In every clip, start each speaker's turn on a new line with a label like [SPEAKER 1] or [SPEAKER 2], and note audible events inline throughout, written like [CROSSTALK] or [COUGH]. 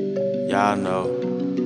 [SPEAKER 1] Y'all know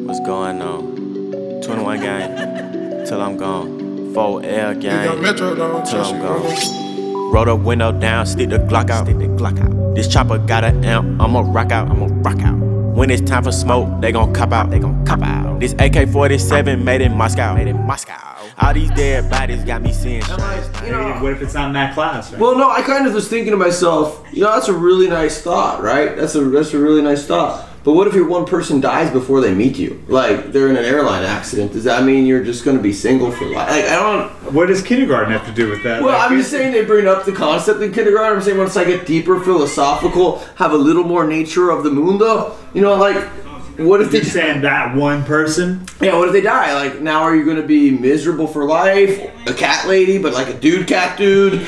[SPEAKER 1] what's going on. 21 gang, till I'm gone. 4L gang,
[SPEAKER 2] Metro don't
[SPEAKER 1] till
[SPEAKER 2] trust
[SPEAKER 1] I'm
[SPEAKER 2] you, bro.
[SPEAKER 1] gone. Roll the window down, stick the Glock out. Stick the Glock out. This chopper got an amp, I'ma rock out, I'ma rock out. When it's time for smoke, they gon' cop out, they gon' cop out. This AK-47 made in Moscow, made in Moscow. All these dead bodies got me seeing shit.
[SPEAKER 3] You know,
[SPEAKER 4] What if it's not in that class? Right?
[SPEAKER 3] well, no, I kind of was thinking to myself, you know, that's a really nice thought, right? That's a that's a really nice thought. But what if your one person dies before they meet you? Like they're in an airline accident. Does that mean you're just going to be single for life? Like I don't.
[SPEAKER 4] what does kindergarten have to do with that?
[SPEAKER 3] Well,
[SPEAKER 4] Like,
[SPEAKER 3] I'm just saying they bring up the concept in kindergarten. I'm saying once I get deeper philosophical, have a little more nature of the mundo. You know, like what if they
[SPEAKER 4] You're saying that one person?
[SPEAKER 3] [LAUGHS] yeah, what if they die? Like now, are you gonna be miserable for life? A cat lady, but like a dude cat dude,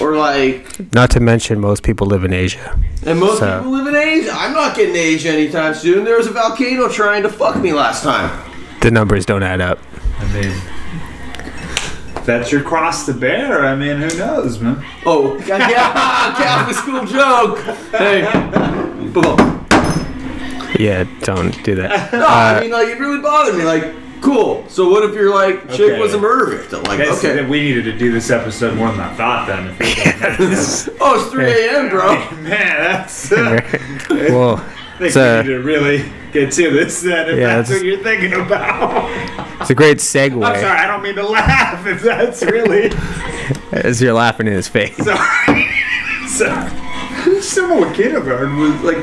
[SPEAKER 3] or like
[SPEAKER 5] Not to mention, most people live in Asia.
[SPEAKER 3] and most
[SPEAKER 5] So-
[SPEAKER 3] people live in Asia. I'm not getting to Asia anytime soon. There was a volcano trying to fuck me last time.
[SPEAKER 5] The numbers don't add up.
[SPEAKER 4] I mean, if that's your cross to bear. I mean, who knows, man?
[SPEAKER 3] Oh, [LAUGHS] yeah, Catholic school joke. Hey, boom.
[SPEAKER 5] Yeah, don't do
[SPEAKER 3] [LAUGHS]
[SPEAKER 5] that.
[SPEAKER 3] No, I mean, like, it really bothered me. Like, cool. So, what if you're like, chick
[SPEAKER 4] Okay.
[SPEAKER 3] was a murder victim? Like,
[SPEAKER 4] Guess
[SPEAKER 3] okay.
[SPEAKER 4] that we needed to do this episode more than I thought. Then,
[SPEAKER 3] [LAUGHS] Oh, it's 3 a.m., bro.
[SPEAKER 4] man, that's uh,
[SPEAKER 5] Well,
[SPEAKER 4] I think
[SPEAKER 5] it's a-
[SPEAKER 4] we need to really get to this. Then, if
[SPEAKER 5] Yeah,
[SPEAKER 4] that's
[SPEAKER 5] it's-
[SPEAKER 4] what you're thinking about.
[SPEAKER 5] it's a great segue
[SPEAKER 4] I'm sorry, I don't mean to laugh. If that's really
[SPEAKER 5] as you're laughing in his face.
[SPEAKER 4] sorry. sorry. Someone with kindergarten was like,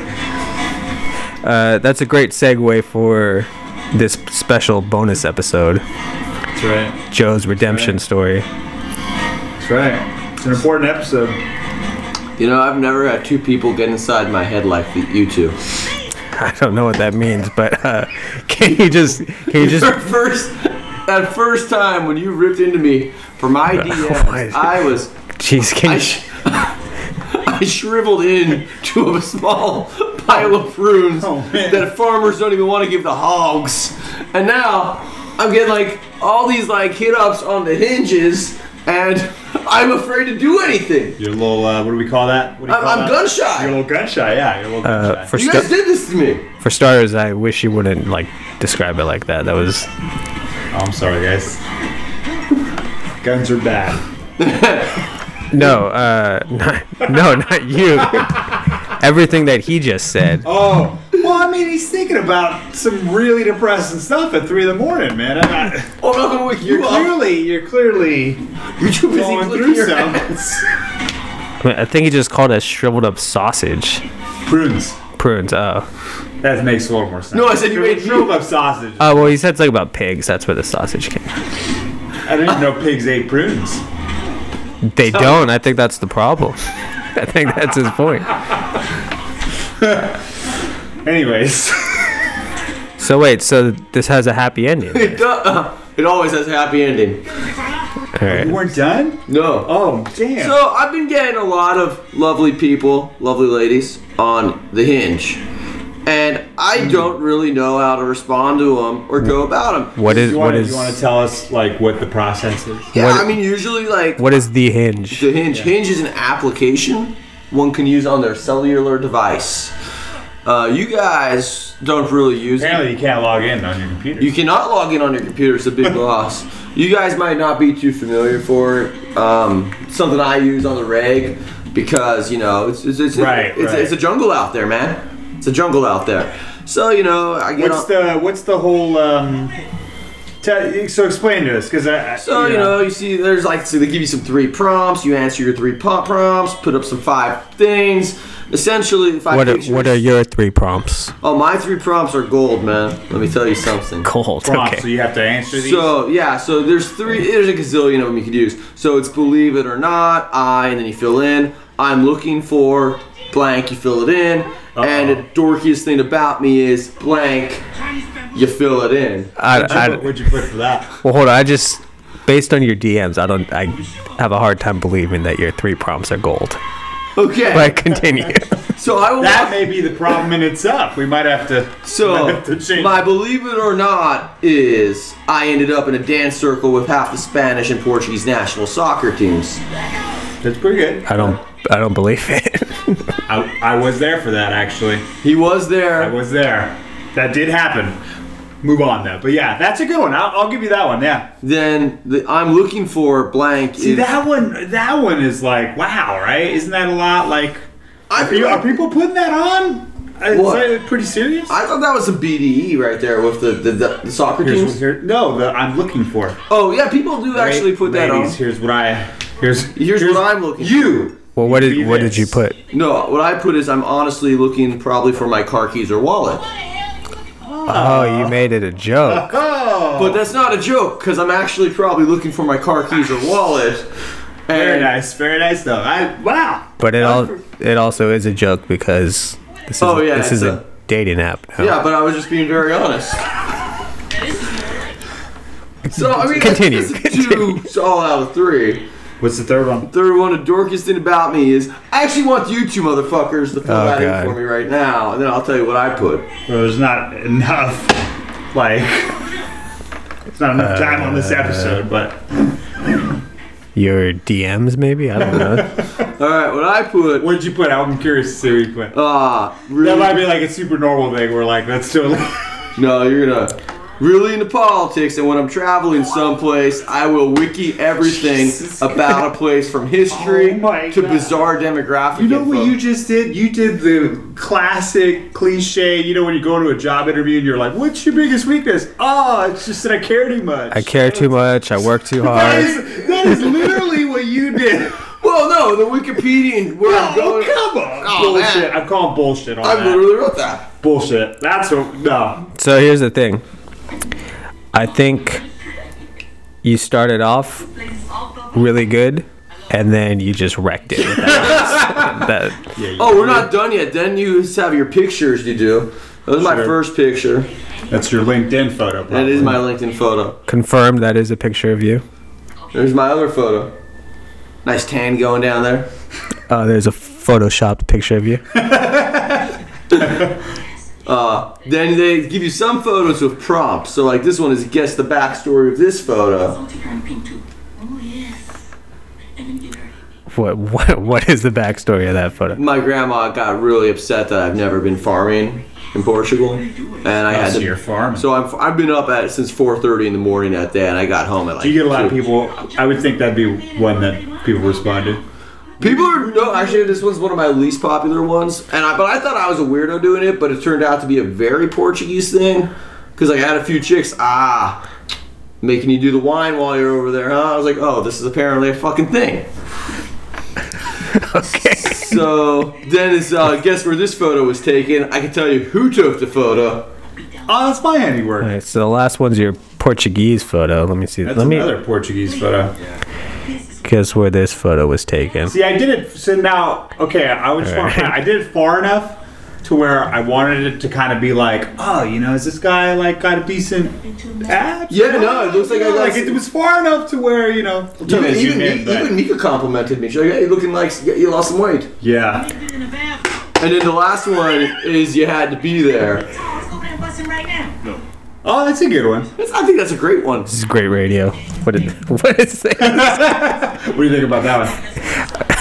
[SPEAKER 5] Uh, that's a great segue for this special bonus episode,
[SPEAKER 4] that's right,
[SPEAKER 5] Joe's redemption story.
[SPEAKER 4] that's right. It's an important episode.
[SPEAKER 3] You know, I've never had two people get inside my head like the, you two.
[SPEAKER 5] I don't know what that means, but uh, can you just can you just
[SPEAKER 3] Your [LAUGHS] first, that first time when you ripped into me for my
[SPEAKER 5] [LAUGHS] my-
[SPEAKER 3] DMs, I was,
[SPEAKER 5] jeez can
[SPEAKER 3] I,
[SPEAKER 5] you
[SPEAKER 3] sh- [LAUGHS] I shriveled in to a small pile of prunes
[SPEAKER 4] Oh, man.
[SPEAKER 3] that farmers don't even want to give the hogs. And now I'm getting like all these like hit ups on the hinges, and I'm afraid to do anything.
[SPEAKER 4] Your little, uh, what do we call that? What do you
[SPEAKER 3] I'm,
[SPEAKER 4] call
[SPEAKER 3] I'm
[SPEAKER 4] that?
[SPEAKER 3] gun
[SPEAKER 4] Your
[SPEAKER 3] shy.
[SPEAKER 4] little gun shy, yeah. Your little gun
[SPEAKER 5] uh,
[SPEAKER 4] shy.
[SPEAKER 5] for
[SPEAKER 3] You
[SPEAKER 5] sta-
[SPEAKER 3] guys did this to me.
[SPEAKER 5] for starters? I wish you wouldn't like describe it like that. That was
[SPEAKER 4] Oh, I'm sorry, guys. Guns are bad.
[SPEAKER 5] no, uh, [LAUGHS] not, no, not
[SPEAKER 3] [LAUGHS]
[SPEAKER 5] you. Everything that he just said.
[SPEAKER 4] Oh, well, I mean, he's thinking about some really depressing stuff at three in the morning, man. I'm not-
[SPEAKER 3] Oh, I'm not gonna wake
[SPEAKER 4] you're
[SPEAKER 3] you up.
[SPEAKER 4] clearly, you're clearly
[SPEAKER 3] You're too busy
[SPEAKER 4] going
[SPEAKER 3] flicking
[SPEAKER 4] through
[SPEAKER 3] your
[SPEAKER 4] some
[SPEAKER 3] ass.
[SPEAKER 5] I think he just called us shriveled up sausage
[SPEAKER 4] [LAUGHS] prunes.
[SPEAKER 5] prunes. Oh,
[SPEAKER 4] That makes a little more sense.
[SPEAKER 3] No, I said you ate
[SPEAKER 4] shriveled up sausage.
[SPEAKER 5] oh well, he said something about pigs. That's where the sausage came.
[SPEAKER 4] I didn't even know pigs ate prunes.
[SPEAKER 5] They don't. I think that's the problem. [LAUGHS] I think that's his point.
[SPEAKER 4] Anyways, [LAUGHS]
[SPEAKER 5] So wait, so this has a happy ending.
[SPEAKER 3] It, do- uh, [LAUGHS] it always has a happy ending.
[SPEAKER 5] All
[SPEAKER 4] you
[SPEAKER 5] right.
[SPEAKER 4] weren't done?
[SPEAKER 3] No.
[SPEAKER 4] Oh, damn.
[SPEAKER 3] So I've been getting a lot of lovely people, lovely ladies on the hinge, and
[SPEAKER 5] Mm-hmm.
[SPEAKER 3] I don't really know how to respond to them or go about them.
[SPEAKER 5] Mm. What is
[SPEAKER 4] you
[SPEAKER 5] what
[SPEAKER 4] wanna-
[SPEAKER 5] is
[SPEAKER 4] you want to tell us like what the process is?
[SPEAKER 3] Yeah,
[SPEAKER 5] what-
[SPEAKER 3] I mean, usually like
[SPEAKER 5] what is the hinge?
[SPEAKER 3] the hinge. Hinge is an application one can use on their cellular device. Uh, you guys don't really use it.
[SPEAKER 4] Apparently, you can't log in on your computer.
[SPEAKER 3] You cannot log in on your computer. It's a
[SPEAKER 5] [LAUGHS]
[SPEAKER 3] big loss. You guys might not be too familiar for it. Um, something I use on the reg because you know it's it's it's,
[SPEAKER 4] Right,
[SPEAKER 3] it's,
[SPEAKER 4] right.
[SPEAKER 3] it's a jungle out there, man. It's a jungle out there. So you know I get
[SPEAKER 4] What's
[SPEAKER 3] on-
[SPEAKER 4] the what's the whole um? Te- so explain to us, because I, I-
[SPEAKER 3] So you know, you see, there's like so they give you some three prompts. You answer your three po- prompts. Put up some five things. Essentially, five
[SPEAKER 5] What are,
[SPEAKER 3] pictures.
[SPEAKER 5] what are your three prompts?
[SPEAKER 3] Oh, my three prompts are gold, man. Let me tell you something.
[SPEAKER 5] [LAUGHS] Cold.
[SPEAKER 4] prompts, so
[SPEAKER 5] Okay.
[SPEAKER 4] you have to answer these.
[SPEAKER 3] So yeah, so there's three. There's a gazillion of them you could use. So it's believe it or not, I, and then you fill in. I'm looking for blank. You fill it in. And the dorkiest thing about me is blank. You fill it in.
[SPEAKER 5] I, I,
[SPEAKER 4] What- what'd you put for that?
[SPEAKER 5] well, hold on. I just based on your DMs, I don't. I have a hard time believing that your three prompts
[SPEAKER 4] [LAUGHS]
[SPEAKER 5] are gold.
[SPEAKER 3] Okay.
[SPEAKER 5] But continue.
[SPEAKER 3] So I will.
[SPEAKER 4] That
[SPEAKER 3] walk-
[SPEAKER 4] may be the problem in itself. We might have to. might [LAUGHS]
[SPEAKER 3] So
[SPEAKER 4] have to change.
[SPEAKER 3] my believe it or not is I ended up in a dance circle with half the Spanish and Portuguese national soccer teams.
[SPEAKER 4] That's pretty good.
[SPEAKER 5] I don't. I don't believe it. [LAUGHS]
[SPEAKER 4] I, I was there for that actually.
[SPEAKER 3] He was there.
[SPEAKER 4] I was there. That did happen. Move on though. But yeah, that's a good one. I'll, I'll give you that one. Yeah.
[SPEAKER 3] Then the I'm looking for blank
[SPEAKER 4] See
[SPEAKER 3] is
[SPEAKER 4] that one. That one is like wow, right? Isn't that a lot? Like,
[SPEAKER 3] I
[SPEAKER 4] are, you,
[SPEAKER 3] feel
[SPEAKER 4] are
[SPEAKER 3] like-
[SPEAKER 4] people putting that on? Is
[SPEAKER 3] What?
[SPEAKER 4] that pretty serious?
[SPEAKER 3] I thought that was a BDE E right there with the the, the, the soccer teams.
[SPEAKER 4] no, the, I'm looking for.
[SPEAKER 3] Oh yeah, people do actually put that on.
[SPEAKER 4] Ladies, Here's what I. Here's
[SPEAKER 3] Here's what I'm looking
[SPEAKER 4] You.
[SPEAKER 5] Well, what
[SPEAKER 4] Be
[SPEAKER 5] did what did you
[SPEAKER 4] this.
[SPEAKER 5] put?
[SPEAKER 3] No, what I put is I'm honestly looking probably for my car keys or wallet.
[SPEAKER 5] Oh, you made it a joke.
[SPEAKER 4] [LAUGHS] Oh.
[SPEAKER 3] But that's not a joke because I'm actually probably looking for my car keys or wallet. And
[SPEAKER 4] Very nice, very nice though. I wow.
[SPEAKER 5] But it all it also is a joke because this is
[SPEAKER 3] Oh, yeah,
[SPEAKER 5] this is
[SPEAKER 3] it's
[SPEAKER 5] a, dating app. now.
[SPEAKER 3] Yeah, but I was just being very honest. So I mean,
[SPEAKER 5] Continue,
[SPEAKER 3] that's two all out of three.
[SPEAKER 4] What's the third one?
[SPEAKER 3] Third one, the dorkiest thing about me is I actually want you two motherfuckers to fill
[SPEAKER 5] Oh,
[SPEAKER 3] that
[SPEAKER 5] God.
[SPEAKER 3] in for me right now, and then I'll tell you what I put.
[SPEAKER 4] Well, there's not enough. Like, it's not enough time on this episode.
[SPEAKER 5] Uh,
[SPEAKER 4] But
[SPEAKER 5] Your DMs maybe? I
[SPEAKER 3] [LAUGHS]
[SPEAKER 5] don't know.
[SPEAKER 3] All right, what I put.
[SPEAKER 4] what did you put? I'm curious to see what you put.
[SPEAKER 3] Ah,
[SPEAKER 4] that might
[SPEAKER 3] really?
[SPEAKER 4] be like a super normal thing. We're like, that's totally.
[SPEAKER 3] No, you're gonna. Really into politics, and when I'm traveling someplace, I will wiki everything
[SPEAKER 4] Jesus.
[SPEAKER 3] about a place from history
[SPEAKER 4] Oh my
[SPEAKER 3] to
[SPEAKER 4] God.
[SPEAKER 3] bizarre demographic.
[SPEAKER 4] [LAUGHS] You know what
[SPEAKER 3] info.
[SPEAKER 4] you just did? You did the classic cliche. You know when you go to a job interview and you're like, "What's your biggest weakness?" Oh, it's just that I care too much.
[SPEAKER 5] I care too much. I work too
[SPEAKER 4] That
[SPEAKER 5] hard.
[SPEAKER 4] is, that is literally what
[SPEAKER 3] [LAUGHS]
[SPEAKER 4] you did.
[SPEAKER 3] Well, no, the Wikipedian where I'm
[SPEAKER 4] Oh,
[SPEAKER 3] going.
[SPEAKER 4] come on.
[SPEAKER 3] Oh,
[SPEAKER 4] bullshit.
[SPEAKER 3] man.
[SPEAKER 4] I'm calling bullshit on
[SPEAKER 3] I
[SPEAKER 4] that.
[SPEAKER 3] literally wrote that.
[SPEAKER 4] bullshit. That's a, no.
[SPEAKER 5] So here's the thing. I think you started off really good, and then you just wrecked it.
[SPEAKER 3] [LAUGHS]
[SPEAKER 5] with That, that-
[SPEAKER 4] Yeah, you-
[SPEAKER 3] Oh, we're not done yet. Then you just have your pictures. You do. That was my
[SPEAKER 4] Sure.
[SPEAKER 3] first picture.
[SPEAKER 4] That's your LinkedIn photo. Probably.
[SPEAKER 3] That is my LinkedIn photo.
[SPEAKER 5] confirmed that is a picture of you.
[SPEAKER 3] There's my other photo. Nice tan going down there.
[SPEAKER 5] Oh, there's a photoshopped picture of you.
[SPEAKER 3] Uh, then they give you some photos with prompts. So like this one is guess the backstory of this photo.
[SPEAKER 2] Oh yes. And then get her.
[SPEAKER 5] What what what is the backstory of that photo?
[SPEAKER 3] My grandma got really upset that I've never been farming in Portugal, and I
[SPEAKER 4] Oh,
[SPEAKER 3] had
[SPEAKER 4] so
[SPEAKER 3] to.
[SPEAKER 4] you're farming.
[SPEAKER 3] So I've, I've been up at since 4:30 in the morning that day, and I got home at like.
[SPEAKER 4] Do you get a lot of
[SPEAKER 3] 2.
[SPEAKER 4] people? I would think that'd be one that people respond to.
[SPEAKER 3] People are no. Actually, this one's one of my least popular ones, and I, but I thought I was a weirdo doing it, but it turned out to be a very Portuguese thing, because I had a few chicks. Ah, making you do the wine while you're over there, huh? I was like, oh, this is apparently a fucking thing.
[SPEAKER 5] Okay.
[SPEAKER 3] So then, it's uh, guess where this photo was taken? I can tell you who took the photo.
[SPEAKER 4] Oh, that's my handiwork.
[SPEAKER 5] All right, so the last one's your Portuguese photo. Let me see.
[SPEAKER 4] That's
[SPEAKER 5] Let me
[SPEAKER 4] another Portuguese photo.
[SPEAKER 5] guess where this photo was taken.
[SPEAKER 4] See, I did it. So now, okay, I was just want
[SPEAKER 5] Alright.
[SPEAKER 4] I did it far enough to where I wanted it to kind of be like, oh, you know, is this guy like got a decent abs?
[SPEAKER 3] Yeah, no, it looks like I got-
[SPEAKER 4] Like it was far enough to where you know. we'll do
[SPEAKER 3] Even,
[SPEAKER 4] this, you
[SPEAKER 3] even,
[SPEAKER 4] man, but-
[SPEAKER 3] even Mika complimented me. She's like, hey, you looking like you lost some weight.
[SPEAKER 4] yeah.
[SPEAKER 2] Get in the bathroom.
[SPEAKER 3] And then the last one is you had to be there.
[SPEAKER 2] Let's go there and bust him right now.
[SPEAKER 4] Oh, that's a good one.
[SPEAKER 3] That's- I think that's a great one.
[SPEAKER 5] This is great radio. What did what is [LAUGHS] that?
[SPEAKER 4] What do you think about that one?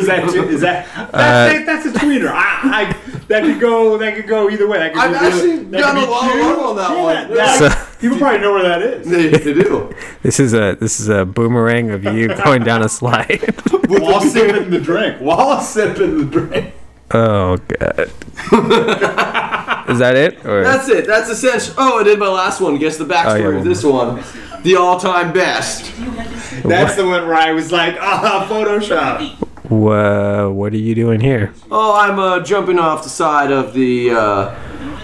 [SPEAKER 4] Is that too, is that, that, that that's a tweener? I, I that could go that could go either way. That could
[SPEAKER 3] I've
[SPEAKER 4] be-
[SPEAKER 3] actually
[SPEAKER 4] that
[SPEAKER 3] gotten
[SPEAKER 4] could
[SPEAKER 3] a
[SPEAKER 4] be
[SPEAKER 3] lot of
[SPEAKER 4] cute.
[SPEAKER 3] love on that
[SPEAKER 4] Yeah,
[SPEAKER 3] one.
[SPEAKER 4] that-
[SPEAKER 5] So-
[SPEAKER 4] people probably know where
[SPEAKER 3] [LAUGHS]
[SPEAKER 4] that is.
[SPEAKER 3] They, they do.
[SPEAKER 5] This is a this is a boomerang of you [LAUGHS] going down a slide. [LAUGHS]
[SPEAKER 4] While sipping the drink, while sipping the drink.
[SPEAKER 5] Oh god. Is that it? Or
[SPEAKER 3] That's it. That's essential. Oh, I did my last one. Guess the backstory
[SPEAKER 5] Oh, yeah,
[SPEAKER 3] of
[SPEAKER 5] one
[SPEAKER 3] this one. The all-time best.
[SPEAKER 4] That's the one where I was like, [LAUGHS] ah, Photoshop.
[SPEAKER 5] Wha- what are you doing here?
[SPEAKER 3] Oh, I'm uh, jumping off the side of the uh,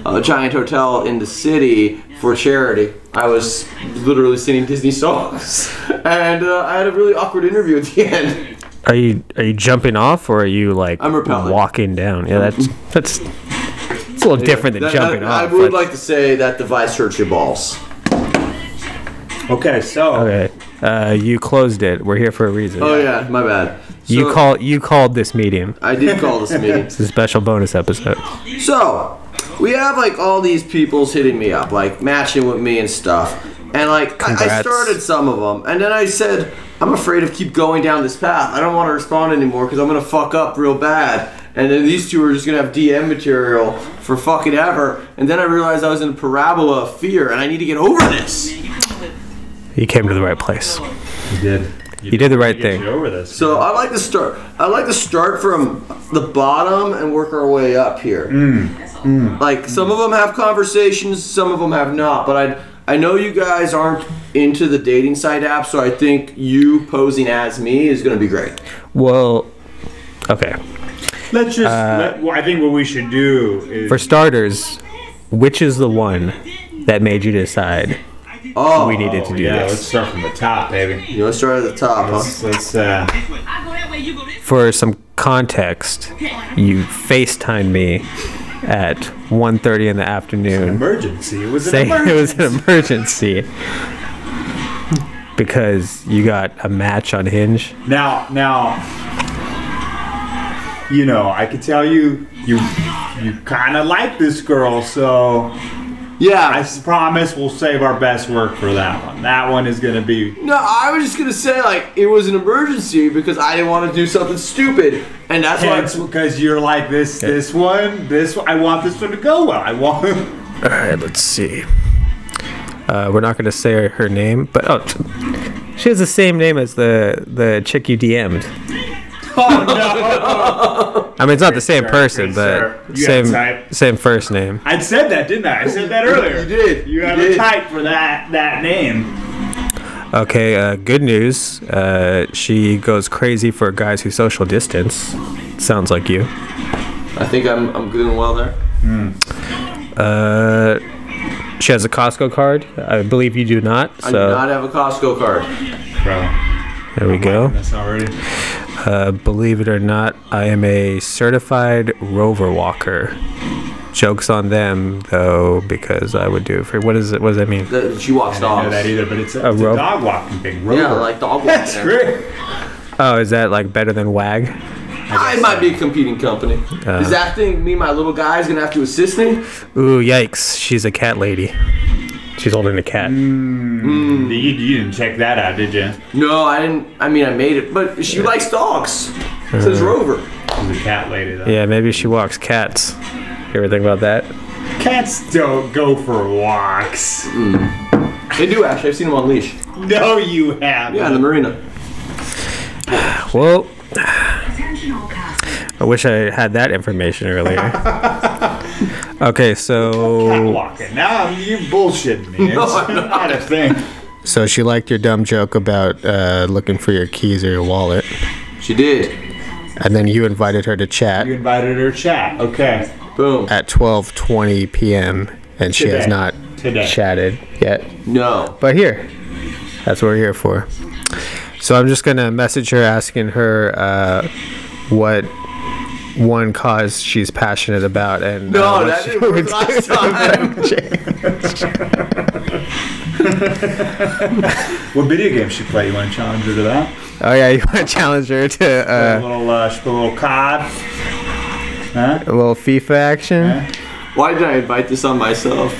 [SPEAKER 3] uh, giant hotel in the city for charity. I was literally singing Disney songs, [LAUGHS] and uh, I had a really awkward interview at the end.
[SPEAKER 5] Are you are you jumping off or are you like
[SPEAKER 3] I'm repelling.
[SPEAKER 5] walking down? Yeah, that's that's it's a little different than
[SPEAKER 3] That-
[SPEAKER 5] jumping
[SPEAKER 3] that- I
[SPEAKER 5] off.
[SPEAKER 3] would
[SPEAKER 5] but-
[SPEAKER 3] like to say that device hurts your balls.
[SPEAKER 4] Okay, so
[SPEAKER 5] okay. Uh, you closed it. We're here for a reason.
[SPEAKER 3] Oh yeah, my bad.
[SPEAKER 5] You
[SPEAKER 3] So,
[SPEAKER 5] call you called this medium.
[SPEAKER 3] I did call this meeting.
[SPEAKER 5] It's a special bonus episode.
[SPEAKER 3] So, we have like all these people's hitting me up, like matching with me and stuff. And like, I, I
[SPEAKER 5] Congrats.
[SPEAKER 3] started some of them, and then I said, I'm afraid of keep going down this path. I don't want to respond anymore because I'm gonna fuck up real bad. and then these two are just gonna have DM material for fucking ever. And then I realized I was in a parabola of fear, and I need to get over this.
[SPEAKER 5] You came to the right place.
[SPEAKER 4] You did.
[SPEAKER 5] You did the right
[SPEAKER 4] Get you
[SPEAKER 5] thing.
[SPEAKER 4] over this.
[SPEAKER 3] So I like to start. I like to start from the bottom and work our way up here.
[SPEAKER 4] Mm.
[SPEAKER 3] Like some of them have conversations, some of them have not. But I I know you guys aren't into the dating site app, so I think you posing as me is gonna be great.
[SPEAKER 5] Well, okay.
[SPEAKER 4] Let's just.
[SPEAKER 5] Uh,
[SPEAKER 4] let, well, I think what we should do is.
[SPEAKER 5] For starters, which is the one that made you decide
[SPEAKER 3] Oh,
[SPEAKER 5] we needed to do
[SPEAKER 4] yeah, let's
[SPEAKER 5] this?
[SPEAKER 4] start from the top, baby.
[SPEAKER 3] You want to start at the top, huh?
[SPEAKER 4] Let's, let's uh,
[SPEAKER 2] I go that way, you go this
[SPEAKER 5] For some context, you FaceTimed me at 1.30 in the afternoon
[SPEAKER 4] emergency. It was an
[SPEAKER 5] saying [LAUGHS] it
[SPEAKER 4] emergency.
[SPEAKER 5] was an emergency because you got a match on Hinge.
[SPEAKER 4] Now, now, you know, I could tell you, you, you kind of like this girl, so I
[SPEAKER 3] Yeah.
[SPEAKER 4] s- promise we'll save our best work for that one. That one is gonna be.
[SPEAKER 3] No, I was just gonna say like it was an emergency because I didn't want to do something stupid, and that's why.
[SPEAKER 4] Hence,
[SPEAKER 3] It's,
[SPEAKER 4] because you're like this, this one, this one. I want this one to go well. I want. [LAUGHS]
[SPEAKER 5] All right, let's see. Uh, we're not going to say her name, but oh, she has the same name as the the chick you DM'd.
[SPEAKER 4] Oh [LAUGHS] no!
[SPEAKER 5] I mean, it's not the same
[SPEAKER 4] sir,
[SPEAKER 5] person,
[SPEAKER 4] good sir.
[SPEAKER 5] but
[SPEAKER 4] You have a
[SPEAKER 5] same
[SPEAKER 4] type.
[SPEAKER 5] same first name.
[SPEAKER 4] I said that, didn't I? I said that earlier.
[SPEAKER 3] You did.
[SPEAKER 4] You have
[SPEAKER 3] You
[SPEAKER 4] a
[SPEAKER 3] did.
[SPEAKER 4] type for that that name.
[SPEAKER 5] Okay, uh, good news. Uh, she goes crazy for guys who social distance. Sounds like you.
[SPEAKER 3] I think I'm I'm doing well there.
[SPEAKER 5] Uh, she has a Costco card. I believe you do not.
[SPEAKER 3] I do
[SPEAKER 5] So
[SPEAKER 3] not have a Costco card.
[SPEAKER 4] Bro,
[SPEAKER 5] there we go.
[SPEAKER 4] that's already.
[SPEAKER 5] Uh, believe it or not, I am a certified rover walker. Jokes on them though, because I would do it for what is it? What does that mean?
[SPEAKER 3] That she walks
[SPEAKER 4] I
[SPEAKER 3] dogs.
[SPEAKER 4] know that either, but it's a,
[SPEAKER 5] A
[SPEAKER 4] it's a
[SPEAKER 5] rope.
[SPEAKER 4] dog walking thing. Rover.
[SPEAKER 3] Yeah, like dog walking.
[SPEAKER 4] That's great.
[SPEAKER 5] Oh, is that like better than wag?
[SPEAKER 3] I might be a competing company. Is that thing me and my little guy is gonna have to assist me?
[SPEAKER 5] Ooh, yikes! She's a cat lady. She's holding a cat.
[SPEAKER 4] You, you didn't check that out, did you?
[SPEAKER 3] No, I didn't. I mean, I made it, but she likes dogs. Says Rover.
[SPEAKER 4] She's a cat lady, though.
[SPEAKER 5] Yeah, maybe she walks cats. You ever think about that?
[SPEAKER 4] Cats don't go for walks.
[SPEAKER 3] They do actually. I've seen them on leash.
[SPEAKER 4] No, you haven't.
[SPEAKER 3] Yeah, in the marina.
[SPEAKER 5] Well,
[SPEAKER 2] Intentional cost.
[SPEAKER 5] I wish I had that
[SPEAKER 4] [LAUGHS]
[SPEAKER 5] information earlier. okay,
[SPEAKER 4] Cat
[SPEAKER 5] so
[SPEAKER 4] walking. Now I'm- you bullshitting me. It's
[SPEAKER 3] I'm
[SPEAKER 4] not a thing.
[SPEAKER 5] so she liked your dumb joke about uh, looking for your keys or your wallet,
[SPEAKER 3] She did.
[SPEAKER 5] and then you invited her to chat
[SPEAKER 4] You invited her to chat. Okay.
[SPEAKER 3] Boom.
[SPEAKER 5] at 12:20 p.m. and she has
[SPEAKER 4] Today.
[SPEAKER 5] not
[SPEAKER 4] Today.
[SPEAKER 5] chatted yet.
[SPEAKER 3] No.
[SPEAKER 5] But here, that's what we're here for. So I'm just gonna message her asking her uh, what one cause she's passionate about and uh,
[SPEAKER 3] No,
[SPEAKER 5] what
[SPEAKER 3] that
[SPEAKER 5] she
[SPEAKER 3] didn't work
[SPEAKER 5] would
[SPEAKER 3] last
[SPEAKER 5] [LAUGHS]
[SPEAKER 3] time.
[SPEAKER 4] What video game she play? You want to challenge her to that?
[SPEAKER 5] Oh yeah, you want to challenge her to
[SPEAKER 4] a
[SPEAKER 5] uh,
[SPEAKER 4] little, uh, she play a little COD. Huh?
[SPEAKER 5] a little FIFA action?
[SPEAKER 3] Why did I invite this on myself?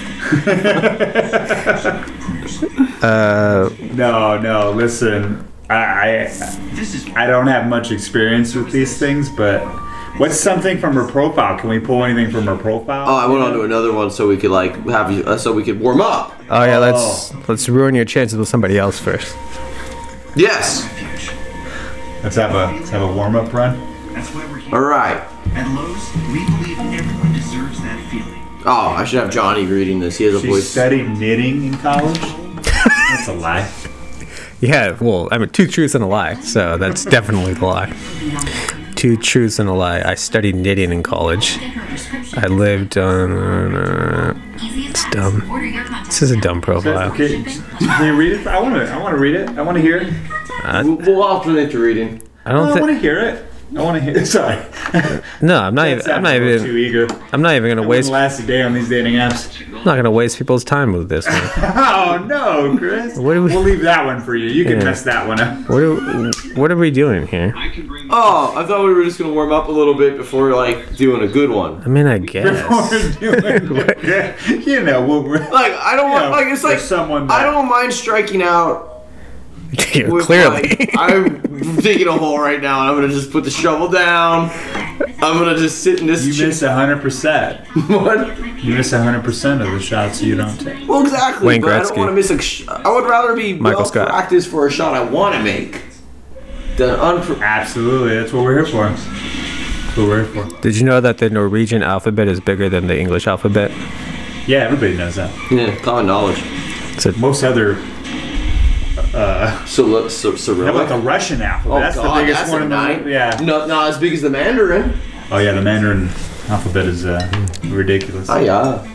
[SPEAKER 5] Uh,
[SPEAKER 4] No, no. Listen, I, I, I don't have much experience with these things, but what's something from her profile? Can we pull anything from her profile?
[SPEAKER 3] Oh, I went on to another one so we could like have you, uh, so we could warm up.
[SPEAKER 5] oh yeah, let's let's ruin your chances with somebody else first.
[SPEAKER 3] Yes.
[SPEAKER 4] Let's have a let's have a warm up run.
[SPEAKER 6] That's why we're here.
[SPEAKER 3] All right.
[SPEAKER 6] At Lowe's, we believe everyone deserves that feeling.
[SPEAKER 3] Oh, I should have Johnny reading this. He has a
[SPEAKER 4] She
[SPEAKER 3] voice.
[SPEAKER 4] studied knitting in college. That's a lie.
[SPEAKER 5] Yeah, well, I mean, two truths and a lie, so
[SPEAKER 3] [LAUGHS]
[SPEAKER 5] that's definitely the lie. Two truths and a lie. I studied knitting in college.
[SPEAKER 2] Get her prescription.
[SPEAKER 5] I lived on. Uh,
[SPEAKER 2] Easy as that.
[SPEAKER 5] dumb.
[SPEAKER 2] Order your contacts
[SPEAKER 5] this is a
[SPEAKER 2] now.
[SPEAKER 5] dumb profile.
[SPEAKER 4] Okay, can you read it? I want to. I want to read it. I want to hear it. Oh,
[SPEAKER 3] We'll, we'll alternate to reading.
[SPEAKER 5] I
[SPEAKER 4] I
[SPEAKER 5] don't
[SPEAKER 4] want
[SPEAKER 5] think.
[SPEAKER 4] to hear it. I want to hear. Sorry,
[SPEAKER 5] No, I'm not.
[SPEAKER 4] That
[SPEAKER 5] Even, I'm
[SPEAKER 4] sounds
[SPEAKER 5] not
[SPEAKER 4] a little too
[SPEAKER 5] even.
[SPEAKER 4] eager.
[SPEAKER 5] I'm not even gonna
[SPEAKER 4] Waste
[SPEAKER 5] waste.
[SPEAKER 4] last a day on these dating apps. [LAUGHS]
[SPEAKER 5] I'm not gonna waste people's time with this. One.
[SPEAKER 4] Oh no, Chris.
[SPEAKER 5] What do we-
[SPEAKER 4] will leave that one for you. You can
[SPEAKER 5] Yeah.
[SPEAKER 4] mess that one up.
[SPEAKER 5] What are What are we doing here?
[SPEAKER 3] Oh, I thought we were just gonna warm up a little bit before like doing a good one.
[SPEAKER 5] I
[SPEAKER 4] [LAUGHS]
[SPEAKER 5] mean, I [LAUGHS] guess.
[SPEAKER 3] [LAUGHS]
[SPEAKER 4] yeah, you know what we're
[SPEAKER 3] Like I don't want
[SPEAKER 4] Yeah,
[SPEAKER 3] like it's
[SPEAKER 4] for
[SPEAKER 3] like
[SPEAKER 4] someone
[SPEAKER 3] I
[SPEAKER 4] that-
[SPEAKER 3] don't mind striking out.
[SPEAKER 5] You're
[SPEAKER 3] With,
[SPEAKER 5] clearly. [LAUGHS]
[SPEAKER 3] like, I'm digging a hole right now, and I'm gonna just put the shovel down I'm gonna just sit in this
[SPEAKER 4] You
[SPEAKER 3] chair.
[SPEAKER 4] miss 100%.
[SPEAKER 3] [LAUGHS] What?
[SPEAKER 4] You miss 100% of the shots you don't take.
[SPEAKER 3] Well, exactly.
[SPEAKER 5] Wayne
[SPEAKER 3] but I don't
[SPEAKER 5] Gretzky.
[SPEAKER 3] want to miss a. Sh- I would rather be
[SPEAKER 5] Michael
[SPEAKER 3] well
[SPEAKER 5] Scott.
[SPEAKER 3] practiced for a shot I want to make than unpre-
[SPEAKER 4] Absolutely. That's what we're here for. That's what we're here for.
[SPEAKER 5] Did you know that the Norwegian alphabet is bigger than the English alphabet?
[SPEAKER 4] Yeah, everybody knows that.
[SPEAKER 3] Yeah, common knowledge.
[SPEAKER 4] Most other,
[SPEAKER 3] So let's so,
[SPEAKER 4] how about the Russian alphabet?
[SPEAKER 3] Oh
[SPEAKER 4] that's
[SPEAKER 3] God,
[SPEAKER 4] the biggest
[SPEAKER 3] that's
[SPEAKER 4] one
[SPEAKER 3] a
[SPEAKER 4] in the
[SPEAKER 3] nine.
[SPEAKER 4] Yeah.
[SPEAKER 3] No, not as big as the Mandarin.
[SPEAKER 4] Oh yeah, the Mandarin alphabet is uh, ridiculous.
[SPEAKER 3] Ah, yeah.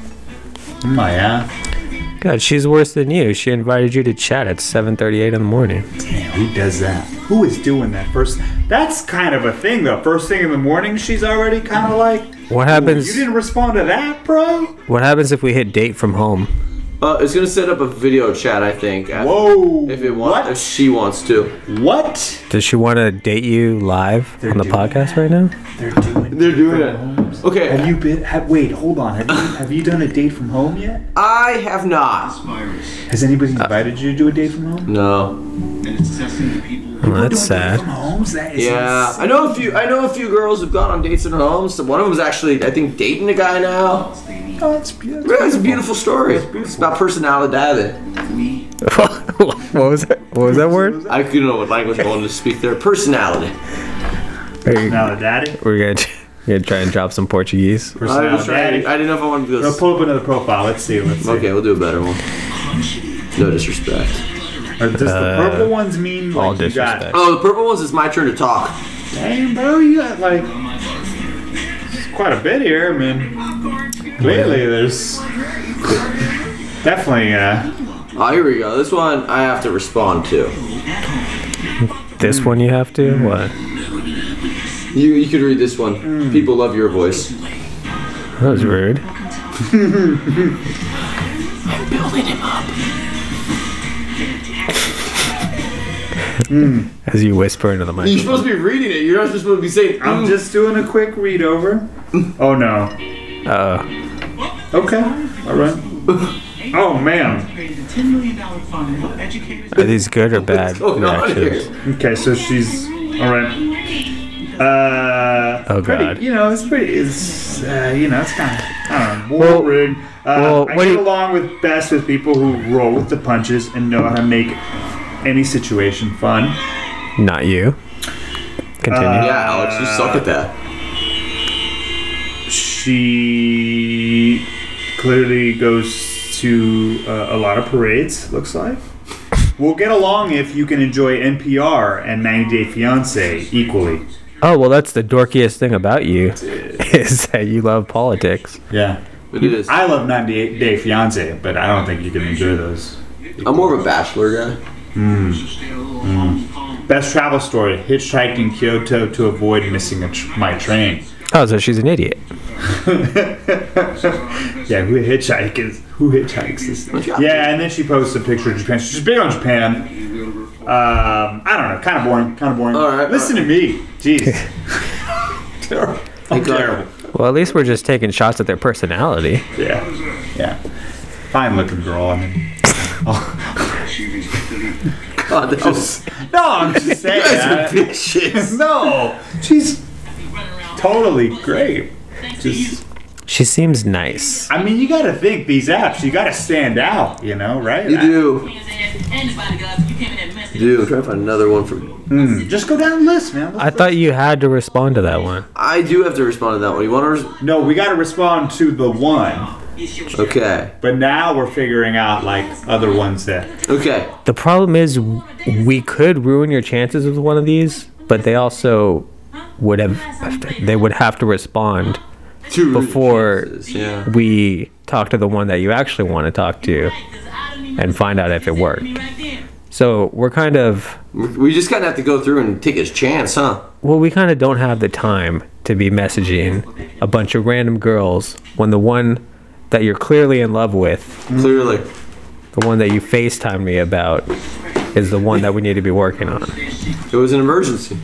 [SPEAKER 4] Mm, oh, yeah.
[SPEAKER 5] God, she's worse than you. She invited you to chat at 7:38 in the morning.
[SPEAKER 4] Damn, who does that? Who is doing that first? That's kind of a thing though. First thing in the morning, she's already kind of like,
[SPEAKER 5] What
[SPEAKER 4] you
[SPEAKER 5] happens?
[SPEAKER 4] didn't respond to that, bro.
[SPEAKER 5] What happens if we hit date from home?
[SPEAKER 3] Uh, it's gonna set up a video chat, I think. at-
[SPEAKER 4] Whoa.
[SPEAKER 3] If it wants, if
[SPEAKER 4] what?
[SPEAKER 3] she wants to.
[SPEAKER 4] What?
[SPEAKER 5] Does she want to date you live on the
[SPEAKER 4] doing
[SPEAKER 5] podcast right now?
[SPEAKER 4] They're doing.
[SPEAKER 3] They're doing it.
[SPEAKER 4] Have
[SPEAKER 3] Okay,
[SPEAKER 4] you been? Have, wait, hold on. Have you have you done a date from home yet?
[SPEAKER 3] I have not.
[SPEAKER 6] virus,
[SPEAKER 4] Has anybody
[SPEAKER 5] Uh,
[SPEAKER 4] invited you to do a date from home?
[SPEAKER 3] No.
[SPEAKER 6] and it's testing the people. who-
[SPEAKER 5] Well, that's
[SPEAKER 4] Doing a date
[SPEAKER 5] sad.
[SPEAKER 4] From homes? That is
[SPEAKER 3] Yeah, I
[SPEAKER 4] insane.
[SPEAKER 3] know a few. I know a few girls who've gone on dates in her homes. One of them's actually, I think, dating a guy now.
[SPEAKER 6] They need
[SPEAKER 4] Oh, that's, that's
[SPEAKER 3] Yeah, it's a beautiful story. It's,
[SPEAKER 4] beautiful.
[SPEAKER 3] about personality.
[SPEAKER 6] we.
[SPEAKER 5] [LAUGHS] what was that? What was that word?
[SPEAKER 3] I couldn't know what language I wanted to speak there. Personality.
[SPEAKER 4] Now, daddy.
[SPEAKER 5] We're gonna we're gonna try and drop some Portuguese.
[SPEAKER 3] I
[SPEAKER 4] [LAUGHS] Personality.
[SPEAKER 3] was trying. I Uh, didn't know if I wanted to
[SPEAKER 4] No,
[SPEAKER 3] go.
[SPEAKER 4] pull up another profile. Let's see. Let's see.
[SPEAKER 3] Okay, we'll do a better one. No disrespect.
[SPEAKER 4] Or does the purple ones mean like
[SPEAKER 5] all
[SPEAKER 4] you got-
[SPEAKER 5] disrespect.
[SPEAKER 3] Oh, the purple ones. It's my turn to talk.
[SPEAKER 4] Damn, bro, you got like it's quite a bit here. I mean, clearly there's definitely. Uh,
[SPEAKER 3] Oh, here we go. This one I have to respond to.
[SPEAKER 5] This one you have to
[SPEAKER 3] Mm.
[SPEAKER 5] what?
[SPEAKER 3] You you could read this one. People love your voice.
[SPEAKER 5] That was rude. As you whisper into the
[SPEAKER 3] You're
[SPEAKER 5] mic.
[SPEAKER 3] supposed to be reading it. You're not supposed to be saying.
[SPEAKER 4] I'm
[SPEAKER 3] "Mm."
[SPEAKER 4] just doing a quick read over. Oh no.
[SPEAKER 5] Uh,
[SPEAKER 4] Okay. All
[SPEAKER 3] [LAUGHS]
[SPEAKER 4] right. Oh man.
[SPEAKER 6] Created a $10 million fund to help educators.
[SPEAKER 5] are these good or
[SPEAKER 3] [LAUGHS] What's
[SPEAKER 5] bad
[SPEAKER 3] going on
[SPEAKER 5] reactions?
[SPEAKER 3] here?
[SPEAKER 4] Okay, so she's all right. Uh,
[SPEAKER 5] Oh,
[SPEAKER 4] pretty,
[SPEAKER 5] God.
[SPEAKER 4] You know, it's pretty. It's uh, you know, it's kind of I don't know,
[SPEAKER 5] Well-
[SPEAKER 4] boring. uh,
[SPEAKER 5] well,
[SPEAKER 4] I
[SPEAKER 5] what do
[SPEAKER 4] get
[SPEAKER 5] you-
[SPEAKER 4] along with best with people who roll with the punches and know how to make any situation fun.
[SPEAKER 5] Not you. Continue.
[SPEAKER 3] Uh, Yeah, Alex, you suck at that.
[SPEAKER 4] She clearly goes to uh, a lot of parades. Looks like. We'll get along if you can enjoy NPR and 90 Day Fiance equally.
[SPEAKER 5] oh well, that's the dorkiest thing about you [LAUGHS] is that you love politics.
[SPEAKER 4] Yeah.
[SPEAKER 3] But it is.
[SPEAKER 4] I love 98 Day Fiance, but I don't think you can enjoy those.
[SPEAKER 3] I'm more of a bachelor guy.
[SPEAKER 2] Mm.
[SPEAKER 4] Best travel story: hitchhiked in Kyoto to avoid missing a tr- my train.
[SPEAKER 5] Oh, so she's an idiot.
[SPEAKER 4] Yeah, who hitchhikes? Who hitchhikes this? Yeah, and then she posts a picture of Japan. She's big on Japan. Um, I don't know. Kind of boring. Kind of boring.
[SPEAKER 3] All right.
[SPEAKER 4] Listen to me. Jeez. terrible. I'm
[SPEAKER 3] God.
[SPEAKER 4] terrible.
[SPEAKER 5] Well, at least we're just taking shots at their personality.
[SPEAKER 4] Yeah. Yeah. Fine looking girl. I mean.
[SPEAKER 3] God, that [LAUGHS] was
[SPEAKER 4] No, I'm just saying. I-
[SPEAKER 3] Oh, bitches.
[SPEAKER 4] [LAUGHS] no, she's totally great. Just,
[SPEAKER 5] She seems nice.
[SPEAKER 4] I mean, you got to think these apps. You got to stand out, you know, right?
[SPEAKER 3] You do.
[SPEAKER 2] Dude.
[SPEAKER 3] Dude, try to find another one from.
[SPEAKER 4] Mm, just go down the list, man.
[SPEAKER 5] I thought you had to respond to that one.
[SPEAKER 3] I do have to respond to that one. You want to? Res-
[SPEAKER 4] no, we got to respond to the one,
[SPEAKER 3] okay.
[SPEAKER 4] but now we're figuring out like other ones that.
[SPEAKER 3] Okay.
[SPEAKER 5] The problem is, we could ruin your chances with one of these, but they also would have they would have to respond
[SPEAKER 3] Two
[SPEAKER 5] Before-
[SPEAKER 3] chances, Yeah.
[SPEAKER 5] we talk to the one that you actually want to talk to and find out if it worked. So we're kind of
[SPEAKER 3] We just kind of have to go through and take his chance, huh?
[SPEAKER 5] well, we kind of don't have the time to be messaging a bunch of random girls when the one that you're clearly in love with,
[SPEAKER 3] Clearly.
[SPEAKER 5] the one that you FaceTime me about, is the one that we need to be working on.
[SPEAKER 3] It was an emergency.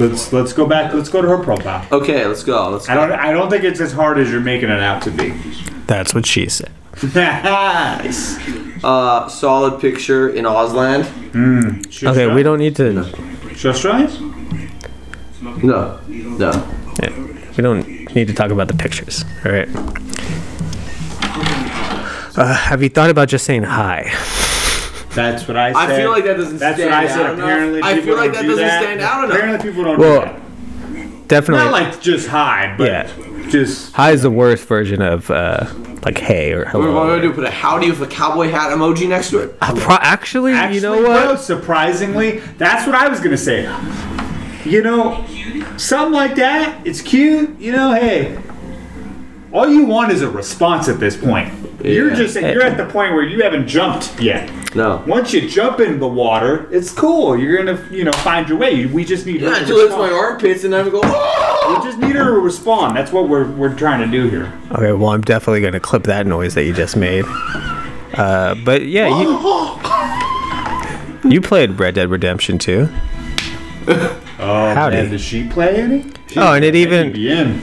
[SPEAKER 4] Let's let's go back. Let's go to her profile.
[SPEAKER 3] Okay, let's go. Let's
[SPEAKER 4] I
[SPEAKER 3] go.
[SPEAKER 4] don't I don't think it's as hard as you're making it out to
[SPEAKER 3] [LAUGHS]
[SPEAKER 4] be.
[SPEAKER 5] That's what she said.
[SPEAKER 4] nice.
[SPEAKER 3] Uh, solid picture in Auslan.
[SPEAKER 4] She
[SPEAKER 5] Okay,
[SPEAKER 4] Australian?
[SPEAKER 5] we don't need to.
[SPEAKER 4] She Australian?
[SPEAKER 3] No. No.
[SPEAKER 5] We don't need to talk about the pictures. All right. Uh, have you thought about just saying hi?
[SPEAKER 4] That's what I
[SPEAKER 3] I
[SPEAKER 4] said.
[SPEAKER 3] feel like that doesn't
[SPEAKER 4] That's
[SPEAKER 3] stand
[SPEAKER 4] what I
[SPEAKER 3] out
[SPEAKER 4] said.
[SPEAKER 3] enough.
[SPEAKER 4] Apparently,
[SPEAKER 3] I
[SPEAKER 4] people
[SPEAKER 3] feel like that
[SPEAKER 4] don't do
[SPEAKER 3] doesn't stand out enough.
[SPEAKER 4] Apparently, people don't.
[SPEAKER 5] Well,
[SPEAKER 4] do that.
[SPEAKER 5] Definitely.
[SPEAKER 4] not like just hi, but
[SPEAKER 5] Yeah.
[SPEAKER 4] just
[SPEAKER 5] hi is the worst version of uh, like hey or
[SPEAKER 3] What am I
[SPEAKER 5] hello.
[SPEAKER 3] gonna do? Put a howdy with a cowboy hat emoji next to it?
[SPEAKER 5] Uh, pro- actually,
[SPEAKER 4] Actually,
[SPEAKER 5] you know what?
[SPEAKER 4] no, surprisingly, that's what I was gonna say. You know, something like that. It's cute. You know, hey, all you want is a response at this point. You're
[SPEAKER 3] Yeah.
[SPEAKER 4] just you're at the point where you haven't jumped yet.
[SPEAKER 3] No.
[SPEAKER 4] Once you jump in the water, it's cool. You're gonna you know find your way. We just need her
[SPEAKER 3] Not
[SPEAKER 4] to
[SPEAKER 3] until it's my
[SPEAKER 4] respond.
[SPEAKER 3] armpits and I'm going.
[SPEAKER 4] We just need her to respond. That's what we're we're trying to do here.
[SPEAKER 5] Okay, well, I'm definitely going to clip that noise that you just made. Uh, but yeah, you, you played Red Dead Redemption 2.
[SPEAKER 4] Oh,
[SPEAKER 5] Howdy.
[SPEAKER 4] man, does she play any? She-
[SPEAKER 5] Oh, and it even-
[SPEAKER 4] Be in.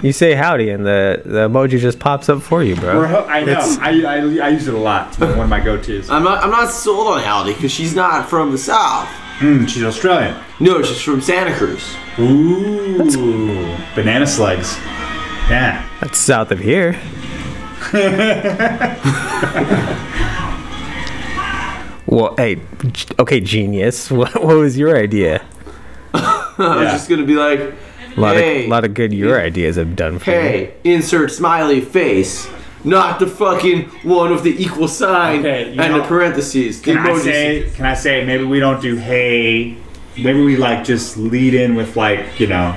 [SPEAKER 5] You say howdy, and the, the emoji just pops up for you,
[SPEAKER 4] We're
[SPEAKER 5] bro.
[SPEAKER 4] ho- I know.
[SPEAKER 5] It's-
[SPEAKER 4] I, I, I use it a lot. It's one of my go-tos.
[SPEAKER 3] I'm not. I'm not sold on howdy because she's not from the south.
[SPEAKER 4] Mm, she's Australian.
[SPEAKER 3] No, she's from Santa Cruz.
[SPEAKER 4] Ooh, banana slugs. Yeah.
[SPEAKER 5] That's south
[SPEAKER 3] [LAUGHS]
[SPEAKER 5] of here. well, hey, g- okay, genius. [LAUGHS] What, what was your idea? Oh,
[SPEAKER 3] I was
[SPEAKER 4] Yeah.
[SPEAKER 3] just gonna be like,
[SPEAKER 5] A lot,
[SPEAKER 3] hey,
[SPEAKER 5] of, lot of good your ideas have done for me.
[SPEAKER 3] hey, insert smiley face, not the fucking one with the equal sign
[SPEAKER 4] Okay, you
[SPEAKER 3] and
[SPEAKER 4] know-
[SPEAKER 3] the parentheses. The
[SPEAKER 4] Can I
[SPEAKER 3] emojis.
[SPEAKER 4] say? Can I say? Maybe we don't do hey. Maybe we like just lead in with like you know.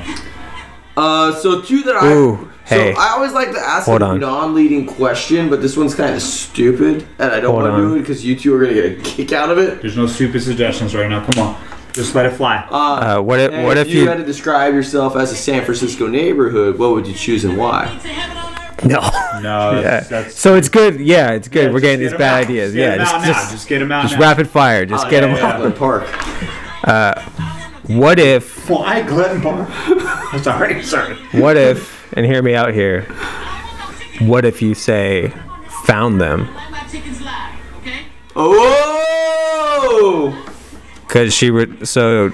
[SPEAKER 3] Uh, so two that I.
[SPEAKER 5] Ooh,
[SPEAKER 3] so
[SPEAKER 5] hey.
[SPEAKER 3] I always like to ask
[SPEAKER 5] Hold
[SPEAKER 3] a
[SPEAKER 5] on.
[SPEAKER 3] non-leading question, but this one's kind of stupid, and I don't
[SPEAKER 5] Hold
[SPEAKER 3] want to do
[SPEAKER 5] on.
[SPEAKER 3] it because you two are gonna get a kick out of it.
[SPEAKER 4] There's no stupid suggestions right now. Come on, just let it fly.
[SPEAKER 5] Uh, what if,
[SPEAKER 3] And
[SPEAKER 5] what if you.
[SPEAKER 3] had to describe yourself as a San Francisco neighborhood? What would you choose and why?
[SPEAKER 5] no.
[SPEAKER 4] no,
[SPEAKER 5] [LAUGHS] Yeah.
[SPEAKER 4] that's, that's
[SPEAKER 5] so it's good. Yeah, it's good. We're
[SPEAKER 4] just
[SPEAKER 5] getting
[SPEAKER 4] get
[SPEAKER 5] these
[SPEAKER 4] 'em out.
[SPEAKER 5] bad ideas.
[SPEAKER 4] Just get
[SPEAKER 5] Yeah,
[SPEAKER 4] 'em
[SPEAKER 5] just,
[SPEAKER 4] out now.
[SPEAKER 5] just,
[SPEAKER 4] Just get 'em out
[SPEAKER 5] Just
[SPEAKER 4] now.
[SPEAKER 5] rapid fire. Just
[SPEAKER 3] Oh,
[SPEAKER 5] get 'em
[SPEAKER 3] yeah,
[SPEAKER 5] get
[SPEAKER 3] yeah, Upland Park.
[SPEAKER 5] What if?
[SPEAKER 4] fly, Glenn Bar. I'm [LAUGHS] sorry, sorry.
[SPEAKER 5] What if? And hear me out here. What if you say, found them?
[SPEAKER 3] Oh!
[SPEAKER 5] Because she re- so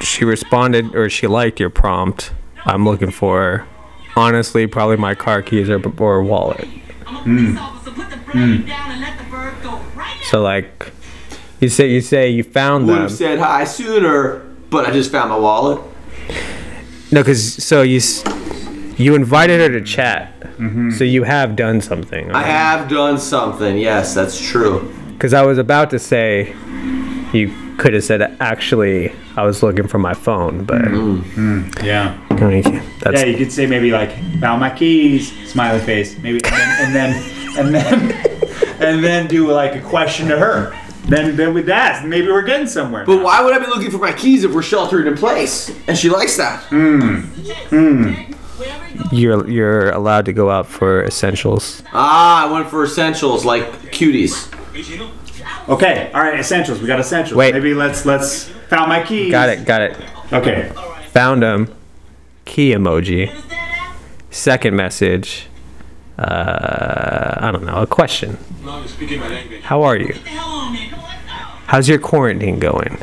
[SPEAKER 5] she responded or she liked your prompt. I'm looking for, honestly, probably my car keys or or wallet.
[SPEAKER 4] Hmm.
[SPEAKER 5] So like, you say you say you found
[SPEAKER 3] Would
[SPEAKER 5] them.
[SPEAKER 3] have said hi sooner, but I just found my wallet.
[SPEAKER 5] No, because so you s- you invited her to chat, so you have done something.
[SPEAKER 3] I have done something. Yes, that's true.
[SPEAKER 5] Because I was about to say, you could have said actually I was looking for my phone, but
[SPEAKER 4] Yeah.
[SPEAKER 5] I mean, that's
[SPEAKER 4] Yeah, you could say maybe like found my keys, smiley face, maybe, and then and then [LAUGHS] and then, and then do like a question to her. Then then with that, maybe we're getting somewhere.
[SPEAKER 3] But why would I be looking for my keys if we're sheltered in place? And she likes that.
[SPEAKER 4] Hmm.
[SPEAKER 5] you're you're allowed to go out for essentials.
[SPEAKER 3] Ah, I went for essentials like cuties.
[SPEAKER 4] okay, all right, essentials. We got essentials.
[SPEAKER 5] Wait.
[SPEAKER 4] maybe let's let's found my keys.
[SPEAKER 5] Got it, got it.
[SPEAKER 4] Okay.
[SPEAKER 5] Found them. Key emoji. Second message. Uh, I don't know. A question. How are you? How's your quarantine going?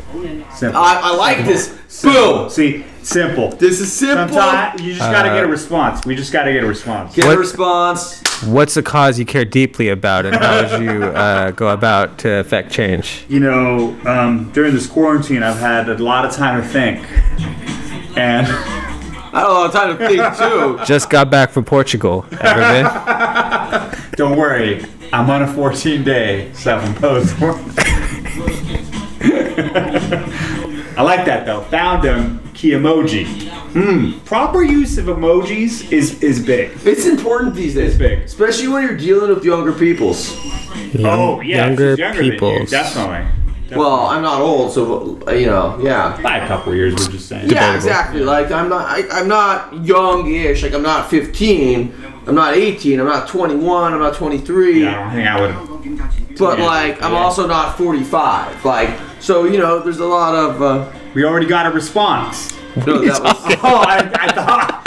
[SPEAKER 4] Simple.
[SPEAKER 3] I, I like this. Uh, Boom!
[SPEAKER 4] See, simple.
[SPEAKER 3] This is simple. Uh,
[SPEAKER 4] Sometimes you just gotta get a response. We just gotta get a response.
[SPEAKER 3] Get
[SPEAKER 5] What-
[SPEAKER 3] a response.
[SPEAKER 5] What's the cause you care deeply about, and how would you uh, go about to affect change?
[SPEAKER 4] you know, um, during this quarantine, I've had a lot of time to think, and. [LAUGHS]
[SPEAKER 3] I don't have time to think
[SPEAKER 5] [LAUGHS]
[SPEAKER 3] too.
[SPEAKER 5] Just got back from Portugal. Ever [LAUGHS] been?
[SPEAKER 4] Don't worry, I'm on a 14 day self imposed [LAUGHS] I like that though. Found him, key emoji. Hmm. Proper use of emojis is is big.
[SPEAKER 3] It's important these days,
[SPEAKER 4] It's big.
[SPEAKER 3] especially when you're dealing with younger peoples.
[SPEAKER 4] oh yeah,
[SPEAKER 5] younger
[SPEAKER 4] she's younger Than you,
[SPEAKER 5] peoples.
[SPEAKER 4] definitely.
[SPEAKER 3] Well, I'm not old, so uh, you know, yeah.
[SPEAKER 4] By a couple years, we're just saying.
[SPEAKER 3] Yeah, exactly. Like I'm not, I, I'm not young-ish. Like I'm not 15. I'm not 18. I'm not 21. I'm not 23.
[SPEAKER 4] Yeah, I don't hang out with
[SPEAKER 3] But
[SPEAKER 4] Yeah,
[SPEAKER 3] like, I'm
[SPEAKER 4] yeah.
[SPEAKER 3] also not 45. Like, so you know, there's a lot of.
[SPEAKER 4] [LAUGHS]
[SPEAKER 3] Uh,
[SPEAKER 4] We already got a response.
[SPEAKER 3] no, that was,
[SPEAKER 4] Oh, I, I thought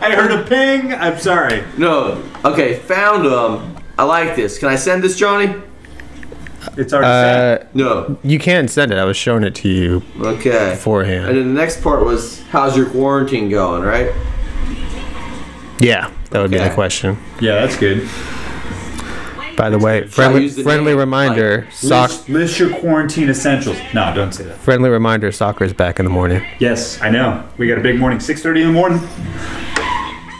[SPEAKER 4] [LAUGHS] I heard a ping. I'm sorry.
[SPEAKER 3] no. Okay, found them. I like this. Can I send this, Johnny?
[SPEAKER 4] It's hard
[SPEAKER 5] Uh,
[SPEAKER 4] to say.
[SPEAKER 3] No.
[SPEAKER 5] you can send it. I was showing it to you
[SPEAKER 3] Okay. And
[SPEAKER 5] beforehand.
[SPEAKER 3] then the next part was, how's your quarantine going, right?
[SPEAKER 5] Yeah, that would be
[SPEAKER 3] Okay.
[SPEAKER 5] the question.
[SPEAKER 4] Yeah, that's good.
[SPEAKER 5] By the way, friendly,
[SPEAKER 3] use the
[SPEAKER 5] friendly
[SPEAKER 3] name,
[SPEAKER 5] reminder: soc-
[SPEAKER 4] List, list your quarantine essentials. No, don't say that.
[SPEAKER 5] friendly reminder, soccer's back in the morning.
[SPEAKER 4] Yes, I know. We got a big morning. 6.30 in the morning.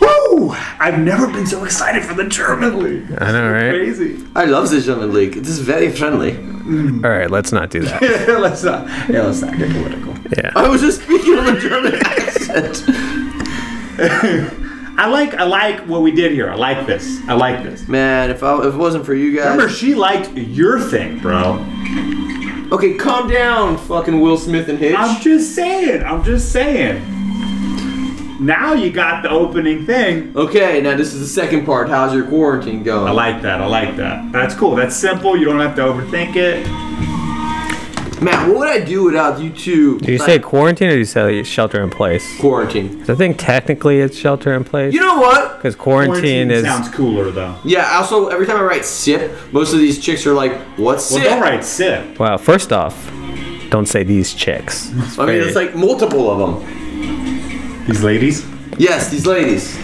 [SPEAKER 4] Woo! I've never been so excited for the German league.
[SPEAKER 5] I know, right?
[SPEAKER 4] Crazy. [LAUGHS]
[SPEAKER 3] I love this German league. This is very friendly.
[SPEAKER 5] All right, let's not do
[SPEAKER 4] [LAUGHS]
[SPEAKER 5] that.
[SPEAKER 4] let's not, yeah, let's not get political.
[SPEAKER 5] Yeah.
[SPEAKER 3] I was just speaking with a German [LAUGHS] accent.
[SPEAKER 4] I like I like what we did here. I like this. I like this.
[SPEAKER 3] Man, if, I, if it wasn't for you guys.
[SPEAKER 4] Remember, she liked your thing, bro.
[SPEAKER 3] Okay, calm down, fucking Will Smith and Hitch.
[SPEAKER 4] I'm just saying. I'm just saying. Now you got the opening thing.
[SPEAKER 3] okay, now this is the second part. How's your quarantine going?
[SPEAKER 4] I like that. I like that. That's cool. That's simple. You don't have to overthink it.
[SPEAKER 3] Man, what would I do without you two?
[SPEAKER 5] Do you say quarantine or do you say shelter in place?
[SPEAKER 3] quarantine?
[SPEAKER 5] 'Cause I think technically it's shelter in place.
[SPEAKER 3] You know what?
[SPEAKER 5] Because quarantine, is
[SPEAKER 4] sounds cooler though.
[SPEAKER 3] Yeah, also, every time I write SIP, most of these chicks are like, what's
[SPEAKER 4] Well,
[SPEAKER 3] SIP?
[SPEAKER 4] don't write sip.
[SPEAKER 5] wow. First off, don't say these chicks.
[SPEAKER 3] I mean, it's like multiple of them.
[SPEAKER 4] These ladies.
[SPEAKER 3] Yes, these ladies.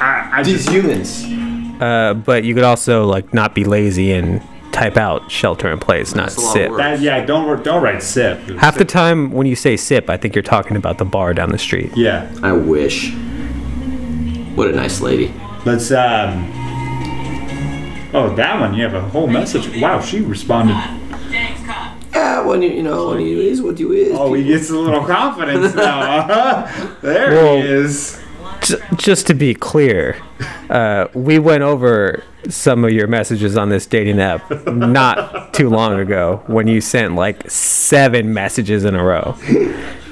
[SPEAKER 4] I, I
[SPEAKER 3] These
[SPEAKER 4] just
[SPEAKER 3] humans.
[SPEAKER 5] Uh, but you could also like not be lazy and type out shelter in place, not
[SPEAKER 3] That's a lot of
[SPEAKER 5] sip.
[SPEAKER 3] work.
[SPEAKER 4] that, yeah. Don't don't write sip.
[SPEAKER 5] Half the time when you say sip, I think you're talking about the bar down the street.
[SPEAKER 4] yeah.
[SPEAKER 3] I wish. What a nice lady.
[SPEAKER 4] Let's um. Oh, that one. You have a whole message. Wow, she responded.
[SPEAKER 2] James Cobb.
[SPEAKER 3] Yeah, when you, you know, when you is what you is.
[SPEAKER 4] Oh, he gets a little confidence now. [LAUGHS] there
[SPEAKER 5] Whoa.
[SPEAKER 4] he is.
[SPEAKER 5] J- just to be clear, uh, we went over some of your messages on this dating app not too long ago when you sent like seven messages in a row.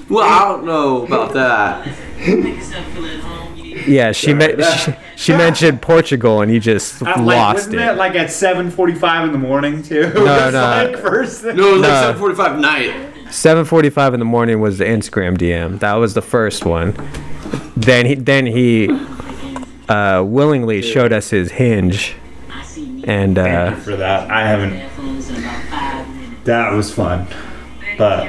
[SPEAKER 3] Well, I don't know about that.
[SPEAKER 2] Make yourself feel at home. You need
[SPEAKER 5] Yeah, she me- she, she mentioned Portugal and you just
[SPEAKER 4] Uh, like,
[SPEAKER 5] lost
[SPEAKER 4] wasn't
[SPEAKER 5] it.
[SPEAKER 4] that like at 7:45 in the morning too? [LAUGHS]
[SPEAKER 5] No,
[SPEAKER 4] It's
[SPEAKER 5] no.
[SPEAKER 4] Like first thing.
[SPEAKER 3] No, it was
[SPEAKER 5] No.
[SPEAKER 3] like 7:45 night.
[SPEAKER 5] 7:45 in the morning was the Instagram DM. That was the first one. Then he then he uh, willingly showed us his hinge
[SPEAKER 2] I see me
[SPEAKER 5] and
[SPEAKER 4] Thank
[SPEAKER 5] uh,
[SPEAKER 4] you for that. I haven't.
[SPEAKER 2] headphones in about five minutes.
[SPEAKER 4] That was fun. But-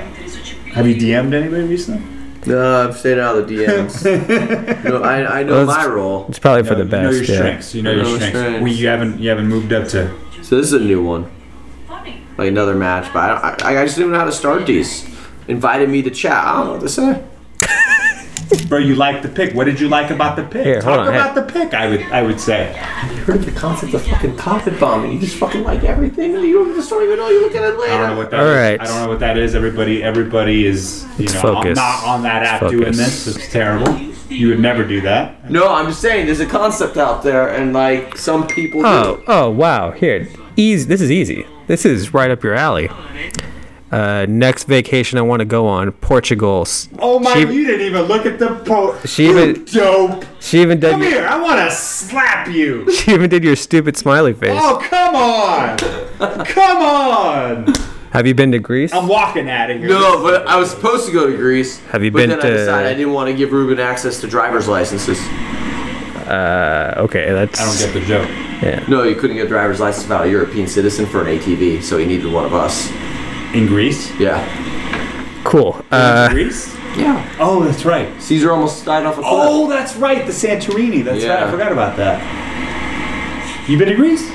[SPEAKER 4] Have you DM'd anybody recently?
[SPEAKER 3] No, I'm staying out of the [LAUGHS] DMs. no, I, I know
[SPEAKER 5] Those-
[SPEAKER 3] my role.
[SPEAKER 5] it's probably for the
[SPEAKER 4] You know your
[SPEAKER 5] best. Yeah.
[SPEAKER 4] strengths. You know your
[SPEAKER 3] Know
[SPEAKER 4] strengths.
[SPEAKER 3] strengths.
[SPEAKER 4] We, you haven't. You haven't moved up to.
[SPEAKER 3] So this is a new one,
[SPEAKER 2] Funny.
[SPEAKER 3] like another match. But I, don't- I, I just didn't know how to start these. Invited me to chat. I don't know what to say.
[SPEAKER 4] Bro, you liked the pick. What did you like about the pick?
[SPEAKER 5] Here, hold
[SPEAKER 4] Talk
[SPEAKER 5] on, hey.
[SPEAKER 4] about the pick. I would. I would say.
[SPEAKER 3] You heard of the concept of fucking topic bombing? You just fucking like everything. You don't just don't even know. You look at it
[SPEAKER 4] I don't know
[SPEAKER 3] later.
[SPEAKER 4] what that
[SPEAKER 5] All
[SPEAKER 4] is.
[SPEAKER 5] right.
[SPEAKER 4] I don't know what that is. Everybody, everybody is you
[SPEAKER 5] Let's
[SPEAKER 4] know
[SPEAKER 5] focus.
[SPEAKER 4] not on that
[SPEAKER 5] Let's
[SPEAKER 4] app doing
[SPEAKER 5] focus.
[SPEAKER 4] this. It's terrible. You would never do that.
[SPEAKER 3] No, I'm just saying there's a concept out there, and like some people. do.
[SPEAKER 5] Oh oh wow! Here, easy. This is easy. This is right up your alley. Uh, next vacation I want to go on Portugal. S-
[SPEAKER 4] Oh my!
[SPEAKER 5] She-
[SPEAKER 4] you didn't even look at the post.
[SPEAKER 5] She even
[SPEAKER 4] dope.
[SPEAKER 5] she even did
[SPEAKER 4] Come here, I want to slap you.
[SPEAKER 5] [LAUGHS] she even did your stupid smiley face.
[SPEAKER 4] Oh, come on. Come on.
[SPEAKER 5] Have you been to Greece?
[SPEAKER 4] I'm walking out of here.
[SPEAKER 3] No, but I was supposed to go to Greece.
[SPEAKER 5] Have you
[SPEAKER 3] but
[SPEAKER 5] been
[SPEAKER 3] then I
[SPEAKER 5] to-
[SPEAKER 3] decided I didn't want to give Ruben access to driver's licenses.
[SPEAKER 5] Uh, okay, that's
[SPEAKER 4] I don't get the joke.
[SPEAKER 3] No, you couldn't get a driver's license without a European citizen for an ATV, so he needed one of us.
[SPEAKER 4] In Greece?
[SPEAKER 3] Yeah.
[SPEAKER 5] cool. Uh,
[SPEAKER 4] Greece?
[SPEAKER 3] Yeah.
[SPEAKER 4] Oh, that's right.
[SPEAKER 3] Caesar almost died off a cliff.
[SPEAKER 4] Oh, that's right. The Santorini. That's right.
[SPEAKER 3] Yeah.
[SPEAKER 4] I forgot about that. You been to Greece?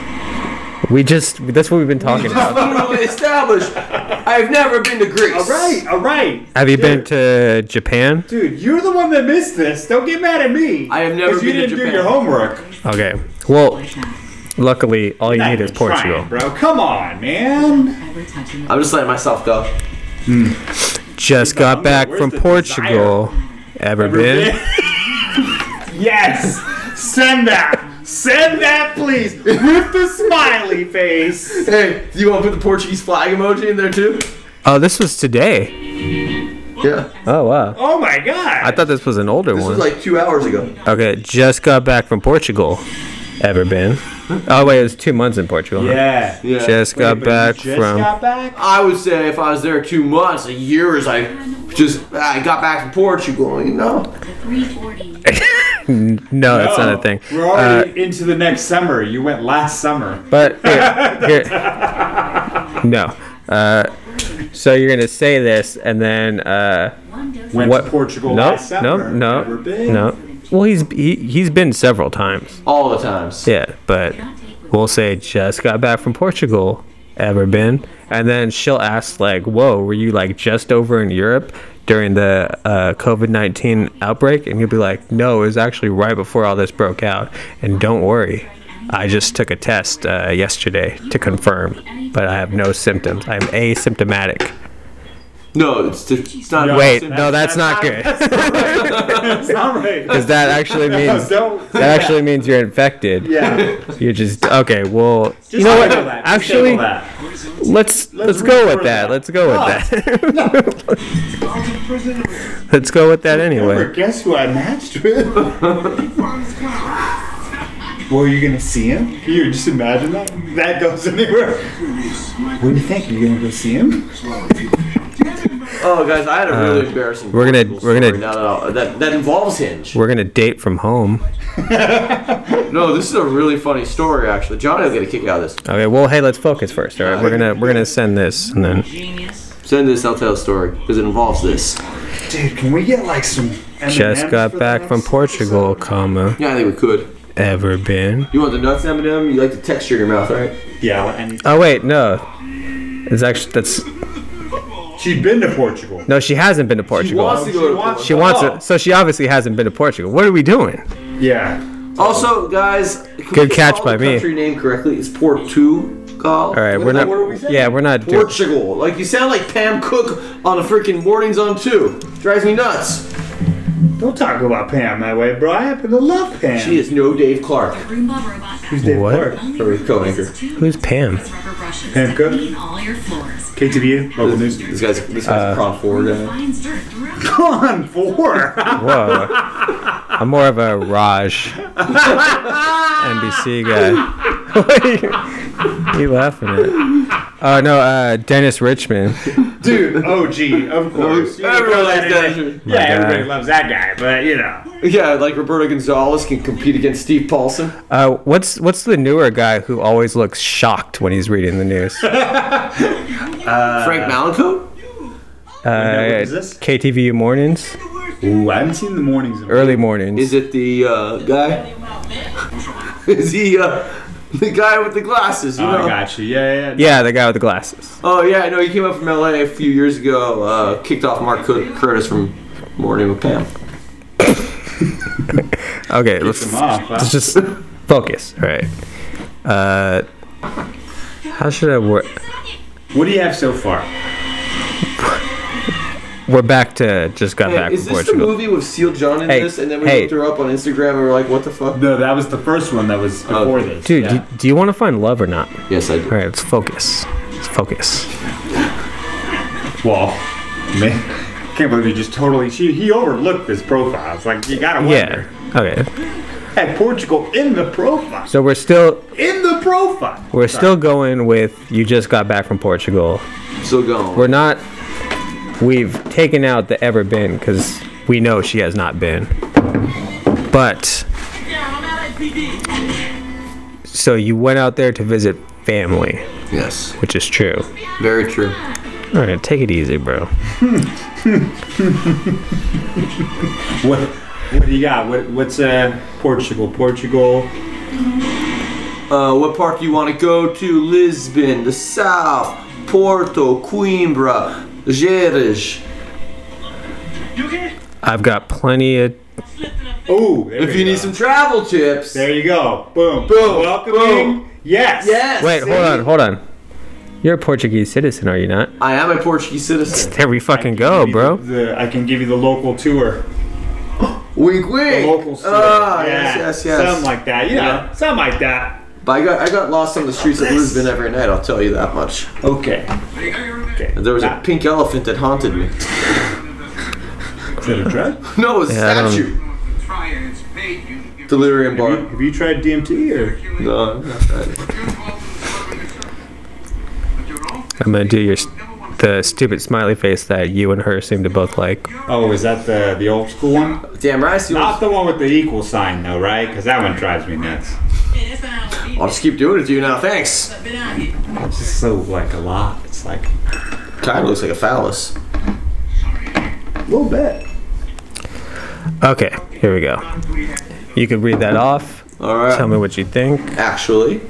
[SPEAKER 5] we just that's what we've been talking about.
[SPEAKER 3] [LAUGHS]
[SPEAKER 4] [LAUGHS]
[SPEAKER 3] Literally established. I've never been to Greece.
[SPEAKER 4] All right. All right.
[SPEAKER 5] Have you
[SPEAKER 4] Dude,
[SPEAKER 5] been to Japan?
[SPEAKER 4] Dude, you're the one that missed this. Don't get mad at me.
[SPEAKER 3] I have never
[SPEAKER 4] 'Cause you
[SPEAKER 3] been to
[SPEAKER 4] didn't do
[SPEAKER 3] Japan.
[SPEAKER 4] your homework.
[SPEAKER 5] Okay. Well, luckily, all you need is
[SPEAKER 4] I'm trying,
[SPEAKER 5] Portugal.
[SPEAKER 4] bro. Come on, man.
[SPEAKER 3] I'm just letting myself go.
[SPEAKER 5] Just got
[SPEAKER 4] I'm
[SPEAKER 5] back
[SPEAKER 4] like,
[SPEAKER 5] from
[SPEAKER 4] where's the
[SPEAKER 5] Portugal. Ever been?
[SPEAKER 4] yes. Send that. Send that, please, with the smiley face.
[SPEAKER 3] Hey, do you want to put the Portuguese flag emoji in there too?
[SPEAKER 5] Oh, this was today.
[SPEAKER 3] Yeah.
[SPEAKER 5] Oh wow.
[SPEAKER 4] Oh my god.
[SPEAKER 5] I thought this was an older
[SPEAKER 3] This
[SPEAKER 5] one.
[SPEAKER 3] was like two hours ago.
[SPEAKER 5] okay, just got back from Portugal. Ever been? Oh wait, it was two months in Portugal. huh?
[SPEAKER 4] yeah.
[SPEAKER 3] Yeah.
[SPEAKER 5] Just got
[SPEAKER 4] Wait, but
[SPEAKER 5] back
[SPEAKER 4] you just
[SPEAKER 5] from.
[SPEAKER 4] got back?
[SPEAKER 3] I would say if I was there two months, a year is I just I got back from Portugal, you know.
[SPEAKER 2] 340.
[SPEAKER 5] no, that's not
[SPEAKER 4] No,
[SPEAKER 5] a thing. Uh, [LAUGHS]
[SPEAKER 4] We're already into the next summer. You went last summer. [LAUGHS]
[SPEAKER 5] But here, here- No. Uh, so you're gonna say this, and then uh,
[SPEAKER 2] One dose
[SPEAKER 4] Went
[SPEAKER 5] What-
[SPEAKER 4] to Portugal
[SPEAKER 5] no,
[SPEAKER 4] last
[SPEAKER 5] no,
[SPEAKER 4] summer.
[SPEAKER 5] no,
[SPEAKER 4] Never been.
[SPEAKER 5] no. Well, he's he, he's been several times.
[SPEAKER 3] All the times.
[SPEAKER 5] Yeah, but
[SPEAKER 2] cannot take with
[SPEAKER 5] we'll say just got back from Portugal. Ever been? And then she'll ask like, "Whoa, were you like just over in Europe during the uh, COVID nineteen outbreak?" And you'll be like, "No, it was actually right before all this broke out." And don't worry, I just took a test uh, yesterday to confirm, but I have no symptoms. I'm asymptomatic.
[SPEAKER 3] No, it's, it's not.
[SPEAKER 4] No.
[SPEAKER 5] Wait, no, that's not good.
[SPEAKER 4] That's not right.
[SPEAKER 5] Because that actually means
[SPEAKER 4] Don't.
[SPEAKER 5] that actually means you're infected.
[SPEAKER 4] Yeah.
[SPEAKER 5] You're just okay. Well, you
[SPEAKER 4] Just
[SPEAKER 5] know what?
[SPEAKER 4] label that. Just
[SPEAKER 5] Actually,
[SPEAKER 4] label that.
[SPEAKER 5] let's let's go with that. Let's go with that. [LAUGHS] let's go with that
[SPEAKER 4] Remember,
[SPEAKER 5] anyway.
[SPEAKER 4] guess who I matched with?
[SPEAKER 5] [LAUGHS]
[SPEAKER 4] Were you gonna see him? Can you just imagine that? That goes anywhere. What do you think? Are you gonna go see him?
[SPEAKER 3] Oh, guys, I had a really embarrassing.
[SPEAKER 5] Uh, we're gonna-
[SPEAKER 3] Portugal
[SPEAKER 5] we're gonna-
[SPEAKER 3] story. No, no, no, that that involves Hinge.
[SPEAKER 5] We're gonna date from home.
[SPEAKER 3] No, this is a really funny story actually. Johnny will get a kick out of this.
[SPEAKER 5] Okay. Well, hey, let's focus first. All right. We're gonna we're gonna send this and then
[SPEAKER 2] genius.
[SPEAKER 3] Send this, I'll tell a story because it involves this.
[SPEAKER 4] Dude, can we get like some? M&Ms
[SPEAKER 5] just
[SPEAKER 4] for
[SPEAKER 5] got
[SPEAKER 4] the
[SPEAKER 5] back
[SPEAKER 4] next
[SPEAKER 5] from Portugal,
[SPEAKER 4] episode?
[SPEAKER 5] comma
[SPEAKER 3] Yeah, I think we could.
[SPEAKER 5] ever been.
[SPEAKER 3] You want the nuts, Eminem? You like the texture in your mouth, right?
[SPEAKER 4] Yeah, and
[SPEAKER 5] Oh wait, no. It's actually that's
[SPEAKER 4] she'd been to Portugal.
[SPEAKER 5] no. She hasn't been to
[SPEAKER 3] wants
[SPEAKER 5] Portugal.
[SPEAKER 3] to go to
[SPEAKER 5] She wants it. So she obviously hasn't been to Portugal. What are we doing?
[SPEAKER 4] Yeah.
[SPEAKER 3] Also, guys, can we
[SPEAKER 5] Good
[SPEAKER 3] get
[SPEAKER 5] catch
[SPEAKER 3] all
[SPEAKER 5] by
[SPEAKER 3] the
[SPEAKER 5] me.
[SPEAKER 3] Country name correctly It's Portugal. All
[SPEAKER 5] All right, we're not.
[SPEAKER 3] What are we saying?
[SPEAKER 5] yeah, we're not doing.
[SPEAKER 3] Portugal. Like you sound like Pam Cook on a freaking mornings on two. Drives me nuts.
[SPEAKER 4] Don't talk about Pam that way, bro. I happen to love Pam.
[SPEAKER 3] She is no Dave Clark.
[SPEAKER 2] Remember about that.
[SPEAKER 4] Dave
[SPEAKER 5] What?
[SPEAKER 4] Clark.
[SPEAKER 3] Or co-anchor.
[SPEAKER 5] Who's Pam?
[SPEAKER 2] Rubber brushes
[SPEAKER 4] Pam
[SPEAKER 2] that
[SPEAKER 4] Cook?
[SPEAKER 2] clean all your floors.
[SPEAKER 4] KTVU local
[SPEAKER 3] This,
[SPEAKER 4] news.
[SPEAKER 3] this guy's this guy's
[SPEAKER 5] Uh,
[SPEAKER 3] a prompt forward. guy.
[SPEAKER 2] Finds dirt throughout.
[SPEAKER 4] Con four. [LAUGHS]
[SPEAKER 5] Whoa, I'm more of a Raj NBC guy. [LAUGHS] What are you- what are you laughing at? Oh no, uh, Dennis Richmond.
[SPEAKER 4] Dude, OG, of course. You
[SPEAKER 3] Everyone
[SPEAKER 4] know
[SPEAKER 3] likes
[SPEAKER 4] that
[SPEAKER 3] that
[SPEAKER 4] anyway.
[SPEAKER 3] shit.
[SPEAKER 4] Yeah, everybody
[SPEAKER 5] guy.
[SPEAKER 4] loves that guy, but you know.
[SPEAKER 3] Yeah, like Roberto Gonzalez can compete against Steve Paulson.
[SPEAKER 5] Uh, what's what's the newer guy who always looks shocked when he's reading
[SPEAKER 3] [LAUGHS]
[SPEAKER 5] the news?
[SPEAKER 3] Frank Malenko?
[SPEAKER 5] Uh,
[SPEAKER 4] is this?
[SPEAKER 5] KTVU mornings,
[SPEAKER 4] Ooh, I haven't seen the mornings. In
[SPEAKER 5] early mornings.
[SPEAKER 3] Is it the uh, guy? [LAUGHS] Is he uh, the guy with the glasses? You
[SPEAKER 4] Oh,
[SPEAKER 3] know?
[SPEAKER 4] I got you. Yeah, yeah. yeah.
[SPEAKER 5] yeah, the guy with the glasses.
[SPEAKER 3] Oh yeah, I know. He came up from LA a few years ago. Uh, kicked off Mark Cur- Curtis from Morning with Pam.
[SPEAKER 5] Okay, let's
[SPEAKER 4] Come off, huh?
[SPEAKER 5] [LAUGHS] Let's just focus. All right. Uh, how should I work?
[SPEAKER 4] What do you have so far?
[SPEAKER 5] We're back to just got back
[SPEAKER 3] Hey, is
[SPEAKER 5] from
[SPEAKER 3] this the
[SPEAKER 5] Portugal.
[SPEAKER 3] movie with Seal John in
[SPEAKER 5] Hey,
[SPEAKER 3] this? And then we
[SPEAKER 5] hey.
[SPEAKER 3] looked her up on Instagram and we're like, what the fuck?
[SPEAKER 4] No, that was the first one that was before this.
[SPEAKER 5] Dude,
[SPEAKER 4] yeah.
[SPEAKER 5] do, do you want to find love or not? All
[SPEAKER 3] Yes, I do.
[SPEAKER 5] right, let's focus. Let's focus.
[SPEAKER 4] well, man, [LAUGHS] can't believe you just totally. She, he overlooked this profile. It's like you gotta
[SPEAKER 5] Yeah.
[SPEAKER 4] wonder.
[SPEAKER 5] Okay.
[SPEAKER 4] Had Portugal in the profile.
[SPEAKER 5] So we're still
[SPEAKER 4] In the profile.
[SPEAKER 5] we're still going with you just got back from Portugal.
[SPEAKER 3] Still going.
[SPEAKER 5] We're not. We've taken out the ever been because we know she has not been. But so you went out there to visit family,
[SPEAKER 3] yes,
[SPEAKER 5] which is true.
[SPEAKER 3] very true.
[SPEAKER 5] All right, take it easy, bro.
[SPEAKER 4] What? What do you got? What, what's uh Portugal? Portugal.
[SPEAKER 3] Uh, what park do you want to go to? Lisbon, the South, Porto, Coimbra, Jerez.
[SPEAKER 5] I've got plenty of.
[SPEAKER 4] Oh, there
[SPEAKER 3] If
[SPEAKER 4] we
[SPEAKER 3] you
[SPEAKER 4] go.
[SPEAKER 3] need some travel tips,
[SPEAKER 4] There you go. Boom.
[SPEAKER 3] Boom.
[SPEAKER 4] Welcoming.
[SPEAKER 3] Boom.
[SPEAKER 4] Yes.
[SPEAKER 3] Yes.
[SPEAKER 5] Wait, hold on, hold on. You're a Portuguese citizen, are you not?
[SPEAKER 3] I am a Portuguese [LAUGHS] citizen.
[SPEAKER 5] There we
[SPEAKER 4] I can
[SPEAKER 5] fucking
[SPEAKER 4] give
[SPEAKER 5] go,
[SPEAKER 4] you
[SPEAKER 5] bro.
[SPEAKER 4] The, the- I can give you the local tour.
[SPEAKER 3] Wink, wink.
[SPEAKER 4] The local tour.
[SPEAKER 3] Ah,
[SPEAKER 4] Yeah,
[SPEAKER 3] yes, yes, yes.
[SPEAKER 4] Something like that. You know,
[SPEAKER 3] Yeah.
[SPEAKER 4] something like that.
[SPEAKER 3] But I got I got lost on the streets of Lisbon every night. I'll tell you that much.
[SPEAKER 4] Okay.
[SPEAKER 3] There was a pink elephant that haunted me. [LAUGHS]
[SPEAKER 4] Is that a drug?
[SPEAKER 3] No, it was a
[SPEAKER 5] Yeah, I don't-
[SPEAKER 3] statue. Delirium bar. Uh,
[SPEAKER 4] Have you tried DMT or?
[SPEAKER 3] No, not that.
[SPEAKER 5] I'm gonna do your s- the stupid smiley face that you and her seem to both like.
[SPEAKER 4] Oh, is that the the old school one?
[SPEAKER 3] Damn right. I see
[SPEAKER 4] Not
[SPEAKER 3] what-
[SPEAKER 4] the one with the equal sign though, right? Because that one drives me nuts.
[SPEAKER 3] I'll just keep doing it to you now. Thanks.
[SPEAKER 7] It's just so like a lot. It's like
[SPEAKER 3] Kind of looks like a phallus. A little bit.
[SPEAKER 5] Okay, here we go. You can read that off.
[SPEAKER 3] All right.
[SPEAKER 5] Tell me what you think.
[SPEAKER 3] actually.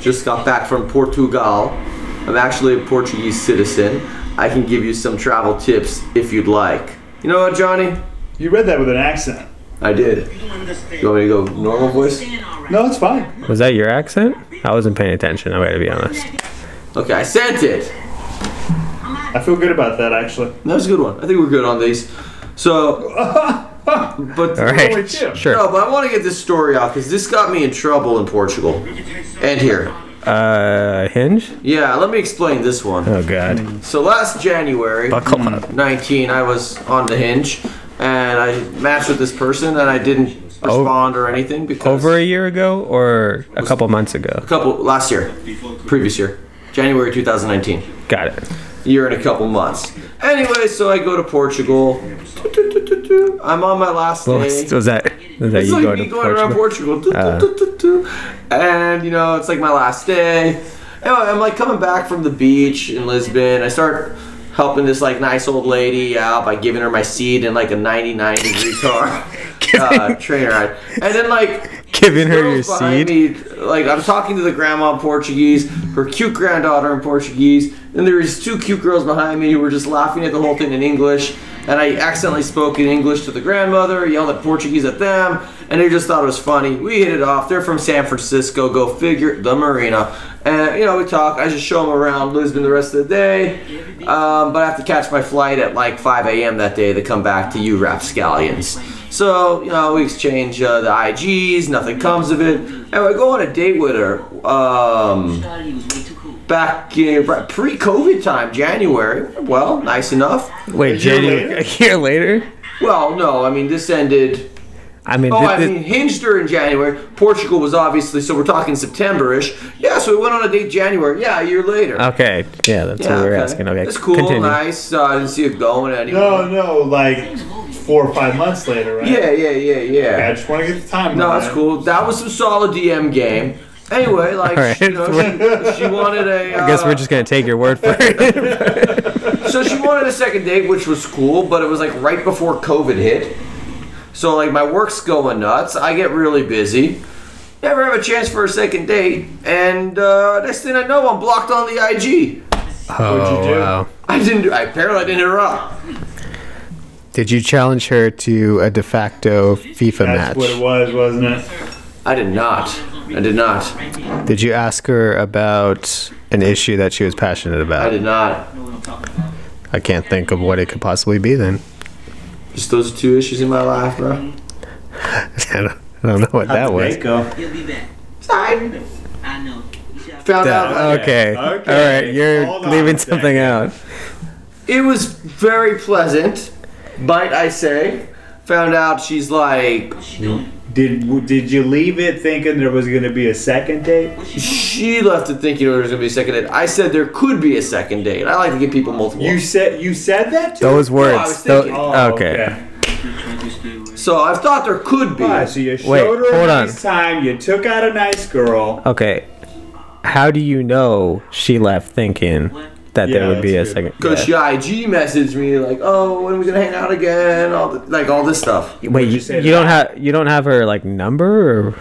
[SPEAKER 3] Just got back from Portugal. I'm actually a Portuguese citizen. I can give you some travel tips if you'd like. You know what, Johnny?
[SPEAKER 4] You read that with an accent.
[SPEAKER 3] I did. You want me to go normal voice?
[SPEAKER 4] No, it's fine.
[SPEAKER 5] Was that your accent? I wasn't paying attention. I gotta be honest.
[SPEAKER 3] Okay, I sent it.
[SPEAKER 4] I feel good about that actually.
[SPEAKER 3] That was a good one. I think we're good on these. So, but
[SPEAKER 5] All
[SPEAKER 4] Holy
[SPEAKER 5] right,
[SPEAKER 4] shit.
[SPEAKER 5] sure.
[SPEAKER 3] no, but I want to get this story out because this got me in trouble in Portugal and here.
[SPEAKER 5] Uh, hinge.
[SPEAKER 3] Yeah, let me explain this one.
[SPEAKER 5] Oh god.
[SPEAKER 3] So last January,
[SPEAKER 5] Buckle up.
[SPEAKER 3] 19, I was on the hinge and I matched with this person and I didn't respond or anything because
[SPEAKER 5] Oh, Over a year ago or a couple months ago.
[SPEAKER 3] a couple last year, previous year, January 2019,
[SPEAKER 5] Got it.
[SPEAKER 3] year and a couple months. Anyway, so I go to Portugal. Toot, toot, toot, toot, toot. I'm on my last
[SPEAKER 5] What
[SPEAKER 3] day.
[SPEAKER 5] was, was that? Was that
[SPEAKER 3] It's
[SPEAKER 5] you
[SPEAKER 3] like
[SPEAKER 5] going
[SPEAKER 3] me
[SPEAKER 5] to
[SPEAKER 3] going around
[SPEAKER 5] Portugal?
[SPEAKER 3] Portugal. Toot,
[SPEAKER 5] Ah.
[SPEAKER 3] toot, toot, toot, toot. And, you know, it's like my last day. And I'm like coming back from the beach in Lisbon. I start helping this like nice old lady out by giving her my seat in like a 99 degree
[SPEAKER 5] [LAUGHS]
[SPEAKER 3] car. Uh, train ride, and then like
[SPEAKER 5] Giving her your
[SPEAKER 3] girls behind
[SPEAKER 5] seed.
[SPEAKER 3] me, like I'm talking to the grandma in Portuguese, her cute granddaughter in Portuguese, and there was two cute girls behind me who were just laughing at the whole thing in English. And I accidentally spoke in English to the grandmother, yelled at Portuguese at them, and they just thought it was funny. We hit it off. They're from San Francisco. Go figure. The marina. And you know we talk. I just show them around Lisbon the rest of the day. Um, but I have to catch my flight at like 5 a.m. that day to come back to you, rapscallions. So, you know, we exchange uh, the IGs, nothing comes of it. And I go on a date with her um, back in pre COVID time, January. Well, nice enough.
[SPEAKER 5] Wait, January.
[SPEAKER 4] later?
[SPEAKER 5] [LAUGHS] A year later.
[SPEAKER 3] Well, no, I mean, this ended.
[SPEAKER 5] I mean,
[SPEAKER 3] Oh,
[SPEAKER 5] thi-
[SPEAKER 3] I
[SPEAKER 5] thi-
[SPEAKER 3] mean, hinged her in January. Portugal was obviously, so we're talking September ish. Yeah, so we went on a date January. Yeah, a year later.
[SPEAKER 5] okay. Yeah, Oh, that's what we were asking. Okay,
[SPEAKER 3] It's cool,
[SPEAKER 5] continue.
[SPEAKER 3] nice. Uh, I didn't see it going anywhere.
[SPEAKER 4] No, no, like four or five months later, right?
[SPEAKER 3] Yeah, yeah, yeah, yeah.
[SPEAKER 4] I just want to get the time.
[SPEAKER 3] No, that's cool. That was some solid DM game. Anyway, like
[SPEAKER 5] All right.
[SPEAKER 3] you know, she,
[SPEAKER 5] [LAUGHS]
[SPEAKER 3] she wanted a. Uh,
[SPEAKER 5] I guess we're just gonna take your word for it.
[SPEAKER 3] So she wanted a second date, which was cool, but it was like right before COVID hit. So like my work's going nuts. I get really busy. Never have a chance for a second date, and uh, next thing I know, I'm blocked on the IG.
[SPEAKER 5] Oh,
[SPEAKER 4] What'd you do?
[SPEAKER 3] I didn't. do- I apparently didn't interrupt.
[SPEAKER 8] [LAUGHS] Did you challenge her to a de facto FIFA
[SPEAKER 4] That's what it
[SPEAKER 8] match?
[SPEAKER 4] was, wasn't it?
[SPEAKER 3] I did not. I did not.
[SPEAKER 8] Did you ask her about an issue that she was passionate
[SPEAKER 3] I
[SPEAKER 8] about?
[SPEAKER 3] did not.
[SPEAKER 8] I can't think of what it could possibly be then. [LAUGHS]
[SPEAKER 3] Just those two issues in my life, bro.
[SPEAKER 8] I don't, I don't know what that was.
[SPEAKER 4] go.
[SPEAKER 3] Sorry.
[SPEAKER 2] I know. You should have
[SPEAKER 3] Found out.
[SPEAKER 4] That-
[SPEAKER 5] Okay.
[SPEAKER 4] Okay.
[SPEAKER 5] All right.
[SPEAKER 4] Okay.
[SPEAKER 5] You're
[SPEAKER 4] Hold on a
[SPEAKER 5] leaving
[SPEAKER 4] second.
[SPEAKER 5] something out.
[SPEAKER 3] It was very pleasant, might I say. Found out she's like
[SPEAKER 4] Did did you leave it thinking there was gonna be a second date?
[SPEAKER 3] she left it thinking there was gonna be a second date. I said there could be a second date. I like to give people multiple.
[SPEAKER 4] You said you said that to
[SPEAKER 5] Those
[SPEAKER 4] her?
[SPEAKER 5] words.
[SPEAKER 3] was
[SPEAKER 5] tho-
[SPEAKER 3] thinking-
[SPEAKER 4] Oh,
[SPEAKER 5] okay.
[SPEAKER 3] so I've thought there could be.
[SPEAKER 4] Why? So you showed
[SPEAKER 5] Wait,
[SPEAKER 4] her
[SPEAKER 5] hold
[SPEAKER 4] a
[SPEAKER 5] on.
[SPEAKER 4] nice time. You took out a nice girl.
[SPEAKER 5] Okay. How do you know she left thinking that there
[SPEAKER 4] Yeah,
[SPEAKER 5] would be a
[SPEAKER 4] that's good.
[SPEAKER 5] second?
[SPEAKER 3] Cause
[SPEAKER 5] yeah.
[SPEAKER 3] she IG messaged me like, "Oh, when are we gonna hang out again?" All the, like all this stuff.
[SPEAKER 5] Wait,
[SPEAKER 4] you
[SPEAKER 5] you,
[SPEAKER 4] say
[SPEAKER 5] you don't
[SPEAKER 4] that?
[SPEAKER 5] have you don't have her like number or?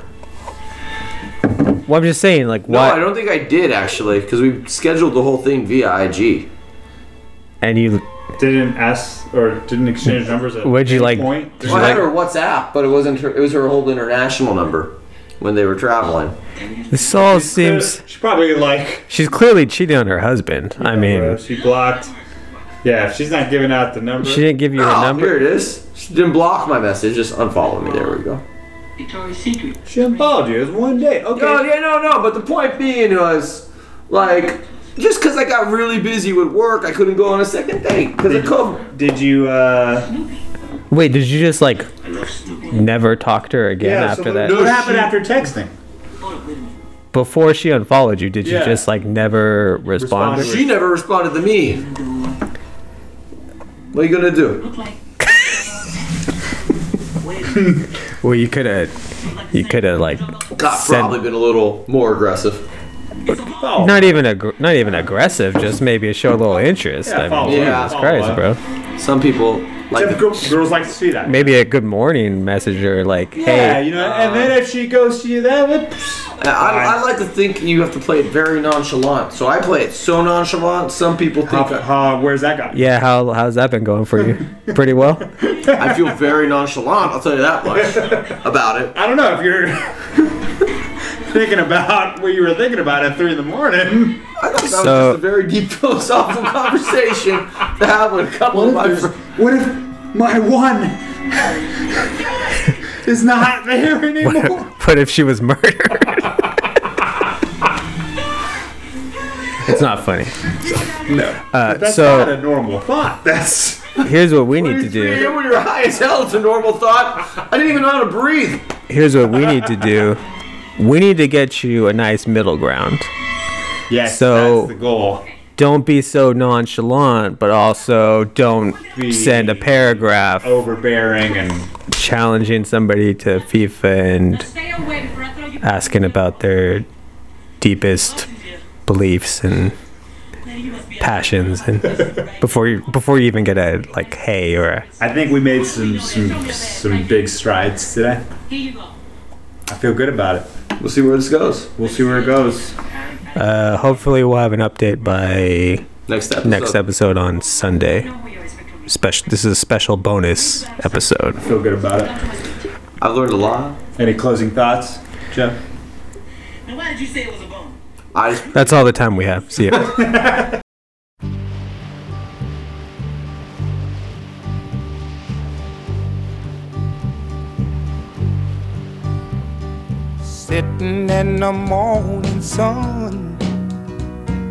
[SPEAKER 5] Well, I'm just saying like
[SPEAKER 3] No,
[SPEAKER 5] why
[SPEAKER 3] I don't think I did actually, because we scheduled the whole thing via IG.
[SPEAKER 5] and you
[SPEAKER 4] Didn't ask or didn't exchange numbers at
[SPEAKER 5] What'd you
[SPEAKER 4] any
[SPEAKER 5] like-
[SPEAKER 4] point.
[SPEAKER 5] did you
[SPEAKER 3] Well, I had
[SPEAKER 5] like-
[SPEAKER 3] her WhatsApp, but it wasn't her. It was her whole international number when they were traveling.
[SPEAKER 5] this all seems
[SPEAKER 4] She probably like.
[SPEAKER 5] she's clearly cheating on her husband. I mean,
[SPEAKER 4] she blocked. Yeah, if she's not giving out the number.
[SPEAKER 5] she didn't give you her
[SPEAKER 3] Oh,
[SPEAKER 5] number.
[SPEAKER 3] here it is. She didn't block my message. Just unfollow me. There we go.
[SPEAKER 2] Victoria's Secret.
[SPEAKER 4] She unfollowed you. It was one day. Okay.
[SPEAKER 3] No, yeah, no, no. But the point being was, like, just because I got really busy with work, I couldn't go on a second date because of COVID.
[SPEAKER 4] Did you? uh
[SPEAKER 5] Wait, did you just like never talk to her again after
[SPEAKER 4] so
[SPEAKER 5] that?
[SPEAKER 4] What happened after texting?
[SPEAKER 5] Before she unfollowed you, did
[SPEAKER 4] Yeah.
[SPEAKER 5] you just like never respond?
[SPEAKER 4] Responded.
[SPEAKER 3] She never responded to me. What are you gonna do?
[SPEAKER 2] Look like
[SPEAKER 5] Well, you could have You could have like
[SPEAKER 3] God,
[SPEAKER 5] sent-
[SPEAKER 3] probably been a little more aggressive.
[SPEAKER 4] Follow
[SPEAKER 5] not even ag- not even aggressive, just maybe show a little interest.
[SPEAKER 4] Yeah,
[SPEAKER 5] I mean,
[SPEAKER 4] follow
[SPEAKER 3] up,
[SPEAKER 5] Jesus
[SPEAKER 4] follow
[SPEAKER 5] Christ,
[SPEAKER 4] up.
[SPEAKER 5] bro.
[SPEAKER 3] Some people like the,
[SPEAKER 4] Except girl- girls like to see that.
[SPEAKER 5] Maybe a good morning message or like,
[SPEAKER 4] Yeah,
[SPEAKER 5] hey,
[SPEAKER 4] you know, and then if she goes to you, that would.
[SPEAKER 3] I, I like to think you have to play it very nonchalant. So I play it so nonchalant. Some people think
[SPEAKER 4] How,
[SPEAKER 3] I,
[SPEAKER 4] how, where's that guy?
[SPEAKER 5] yeah, how how's that been going for you?
[SPEAKER 4] [LAUGHS]
[SPEAKER 5] Pretty well.
[SPEAKER 3] I feel very nonchalant. I'll tell you that
[SPEAKER 4] [LAUGHS]
[SPEAKER 3] much about it.
[SPEAKER 4] I don't know if you're [LAUGHS] thinking about what you were thinking about at three in the morning.
[SPEAKER 3] I thought that was
[SPEAKER 5] So-
[SPEAKER 3] just a very deep [LAUGHS] philosophical conversation to have with a couple of my friends.
[SPEAKER 4] What if my one [LAUGHS] is not there [LAUGHS] anymore?
[SPEAKER 5] But if she was murdered? it's not funny.
[SPEAKER 4] No,
[SPEAKER 5] Uh,
[SPEAKER 4] that's not
[SPEAKER 5] so
[SPEAKER 4] a normal thought. [LAUGHS] That's
[SPEAKER 5] here's what we need to
[SPEAKER 3] You're [LAUGHS]
[SPEAKER 5] do.
[SPEAKER 3] When you're high as hell, it's a normal thought. I didn't even know how to breathe.
[SPEAKER 5] Here's what we need to do. We need to get you a nice middle ground.
[SPEAKER 4] yes,
[SPEAKER 5] So-
[SPEAKER 4] that's the goal.
[SPEAKER 5] Don't be so nonchalant, but also don't
[SPEAKER 4] Be- Oh.
[SPEAKER 5] send a paragraph
[SPEAKER 4] Overbearing and
[SPEAKER 5] challenging somebody to FIFA and
[SPEAKER 2] Stay away before I throw you
[SPEAKER 5] asking about their deepest beliefs and passions and before you before you even get a like hey or a,
[SPEAKER 4] I think we made some some some big strides today.
[SPEAKER 2] Here you go.
[SPEAKER 4] I feel good about it.
[SPEAKER 3] We'll see where this goes.
[SPEAKER 4] We'll see where it goes.
[SPEAKER 5] uh, hopefully we'll have an update by
[SPEAKER 3] Next episode.
[SPEAKER 5] next episode on Sunday.
[SPEAKER 2] We always victory.
[SPEAKER 5] Special this is a special bonus episode.
[SPEAKER 4] I feel good about it.
[SPEAKER 3] I've learned a lot.
[SPEAKER 4] Any closing thoughts, Jeff?
[SPEAKER 2] Now, why did you say it was a bone?
[SPEAKER 3] I just
[SPEAKER 5] That's all the time we have. See ya.
[SPEAKER 9] Sitting in the morning sun.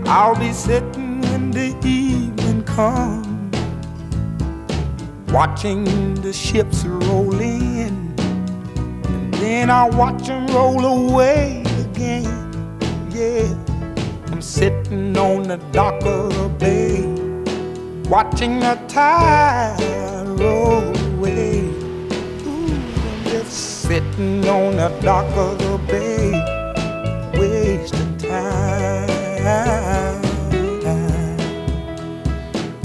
[SPEAKER 9] I'll be sitting when the evening comes. Watching the ships roll in. And then I'll watch them roll away again. Yeah. I'm sitting on the dock of the bay. Watching the tide roll away. I'm just sitting on the dock of the bay, wasting time.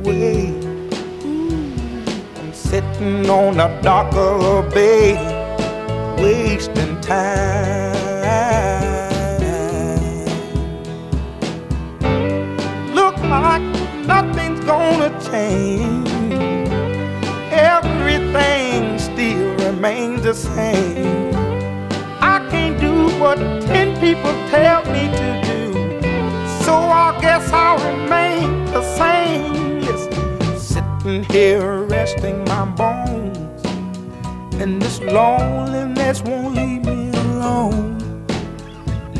[SPEAKER 9] away. Mm, I'm sitting on the dock of the bay, wasting time. Look like nothing's gonna change. Everything still remains the same. I can't do what ten people tell me to do. So I guess I'll remain the same. Yes, sitting here resting my bones. And this loneliness won't leave me alone.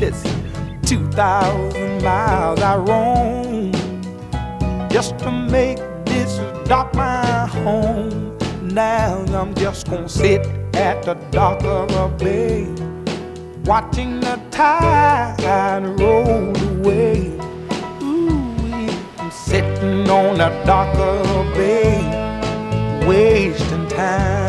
[SPEAKER 9] Listen, 2,000 miles I roam just to make this dock my home. Now I'm just gonna sit at the dock of a bay, watching the tide roll away. Ooh, I'm sitting on the dock of a bay, wasting time.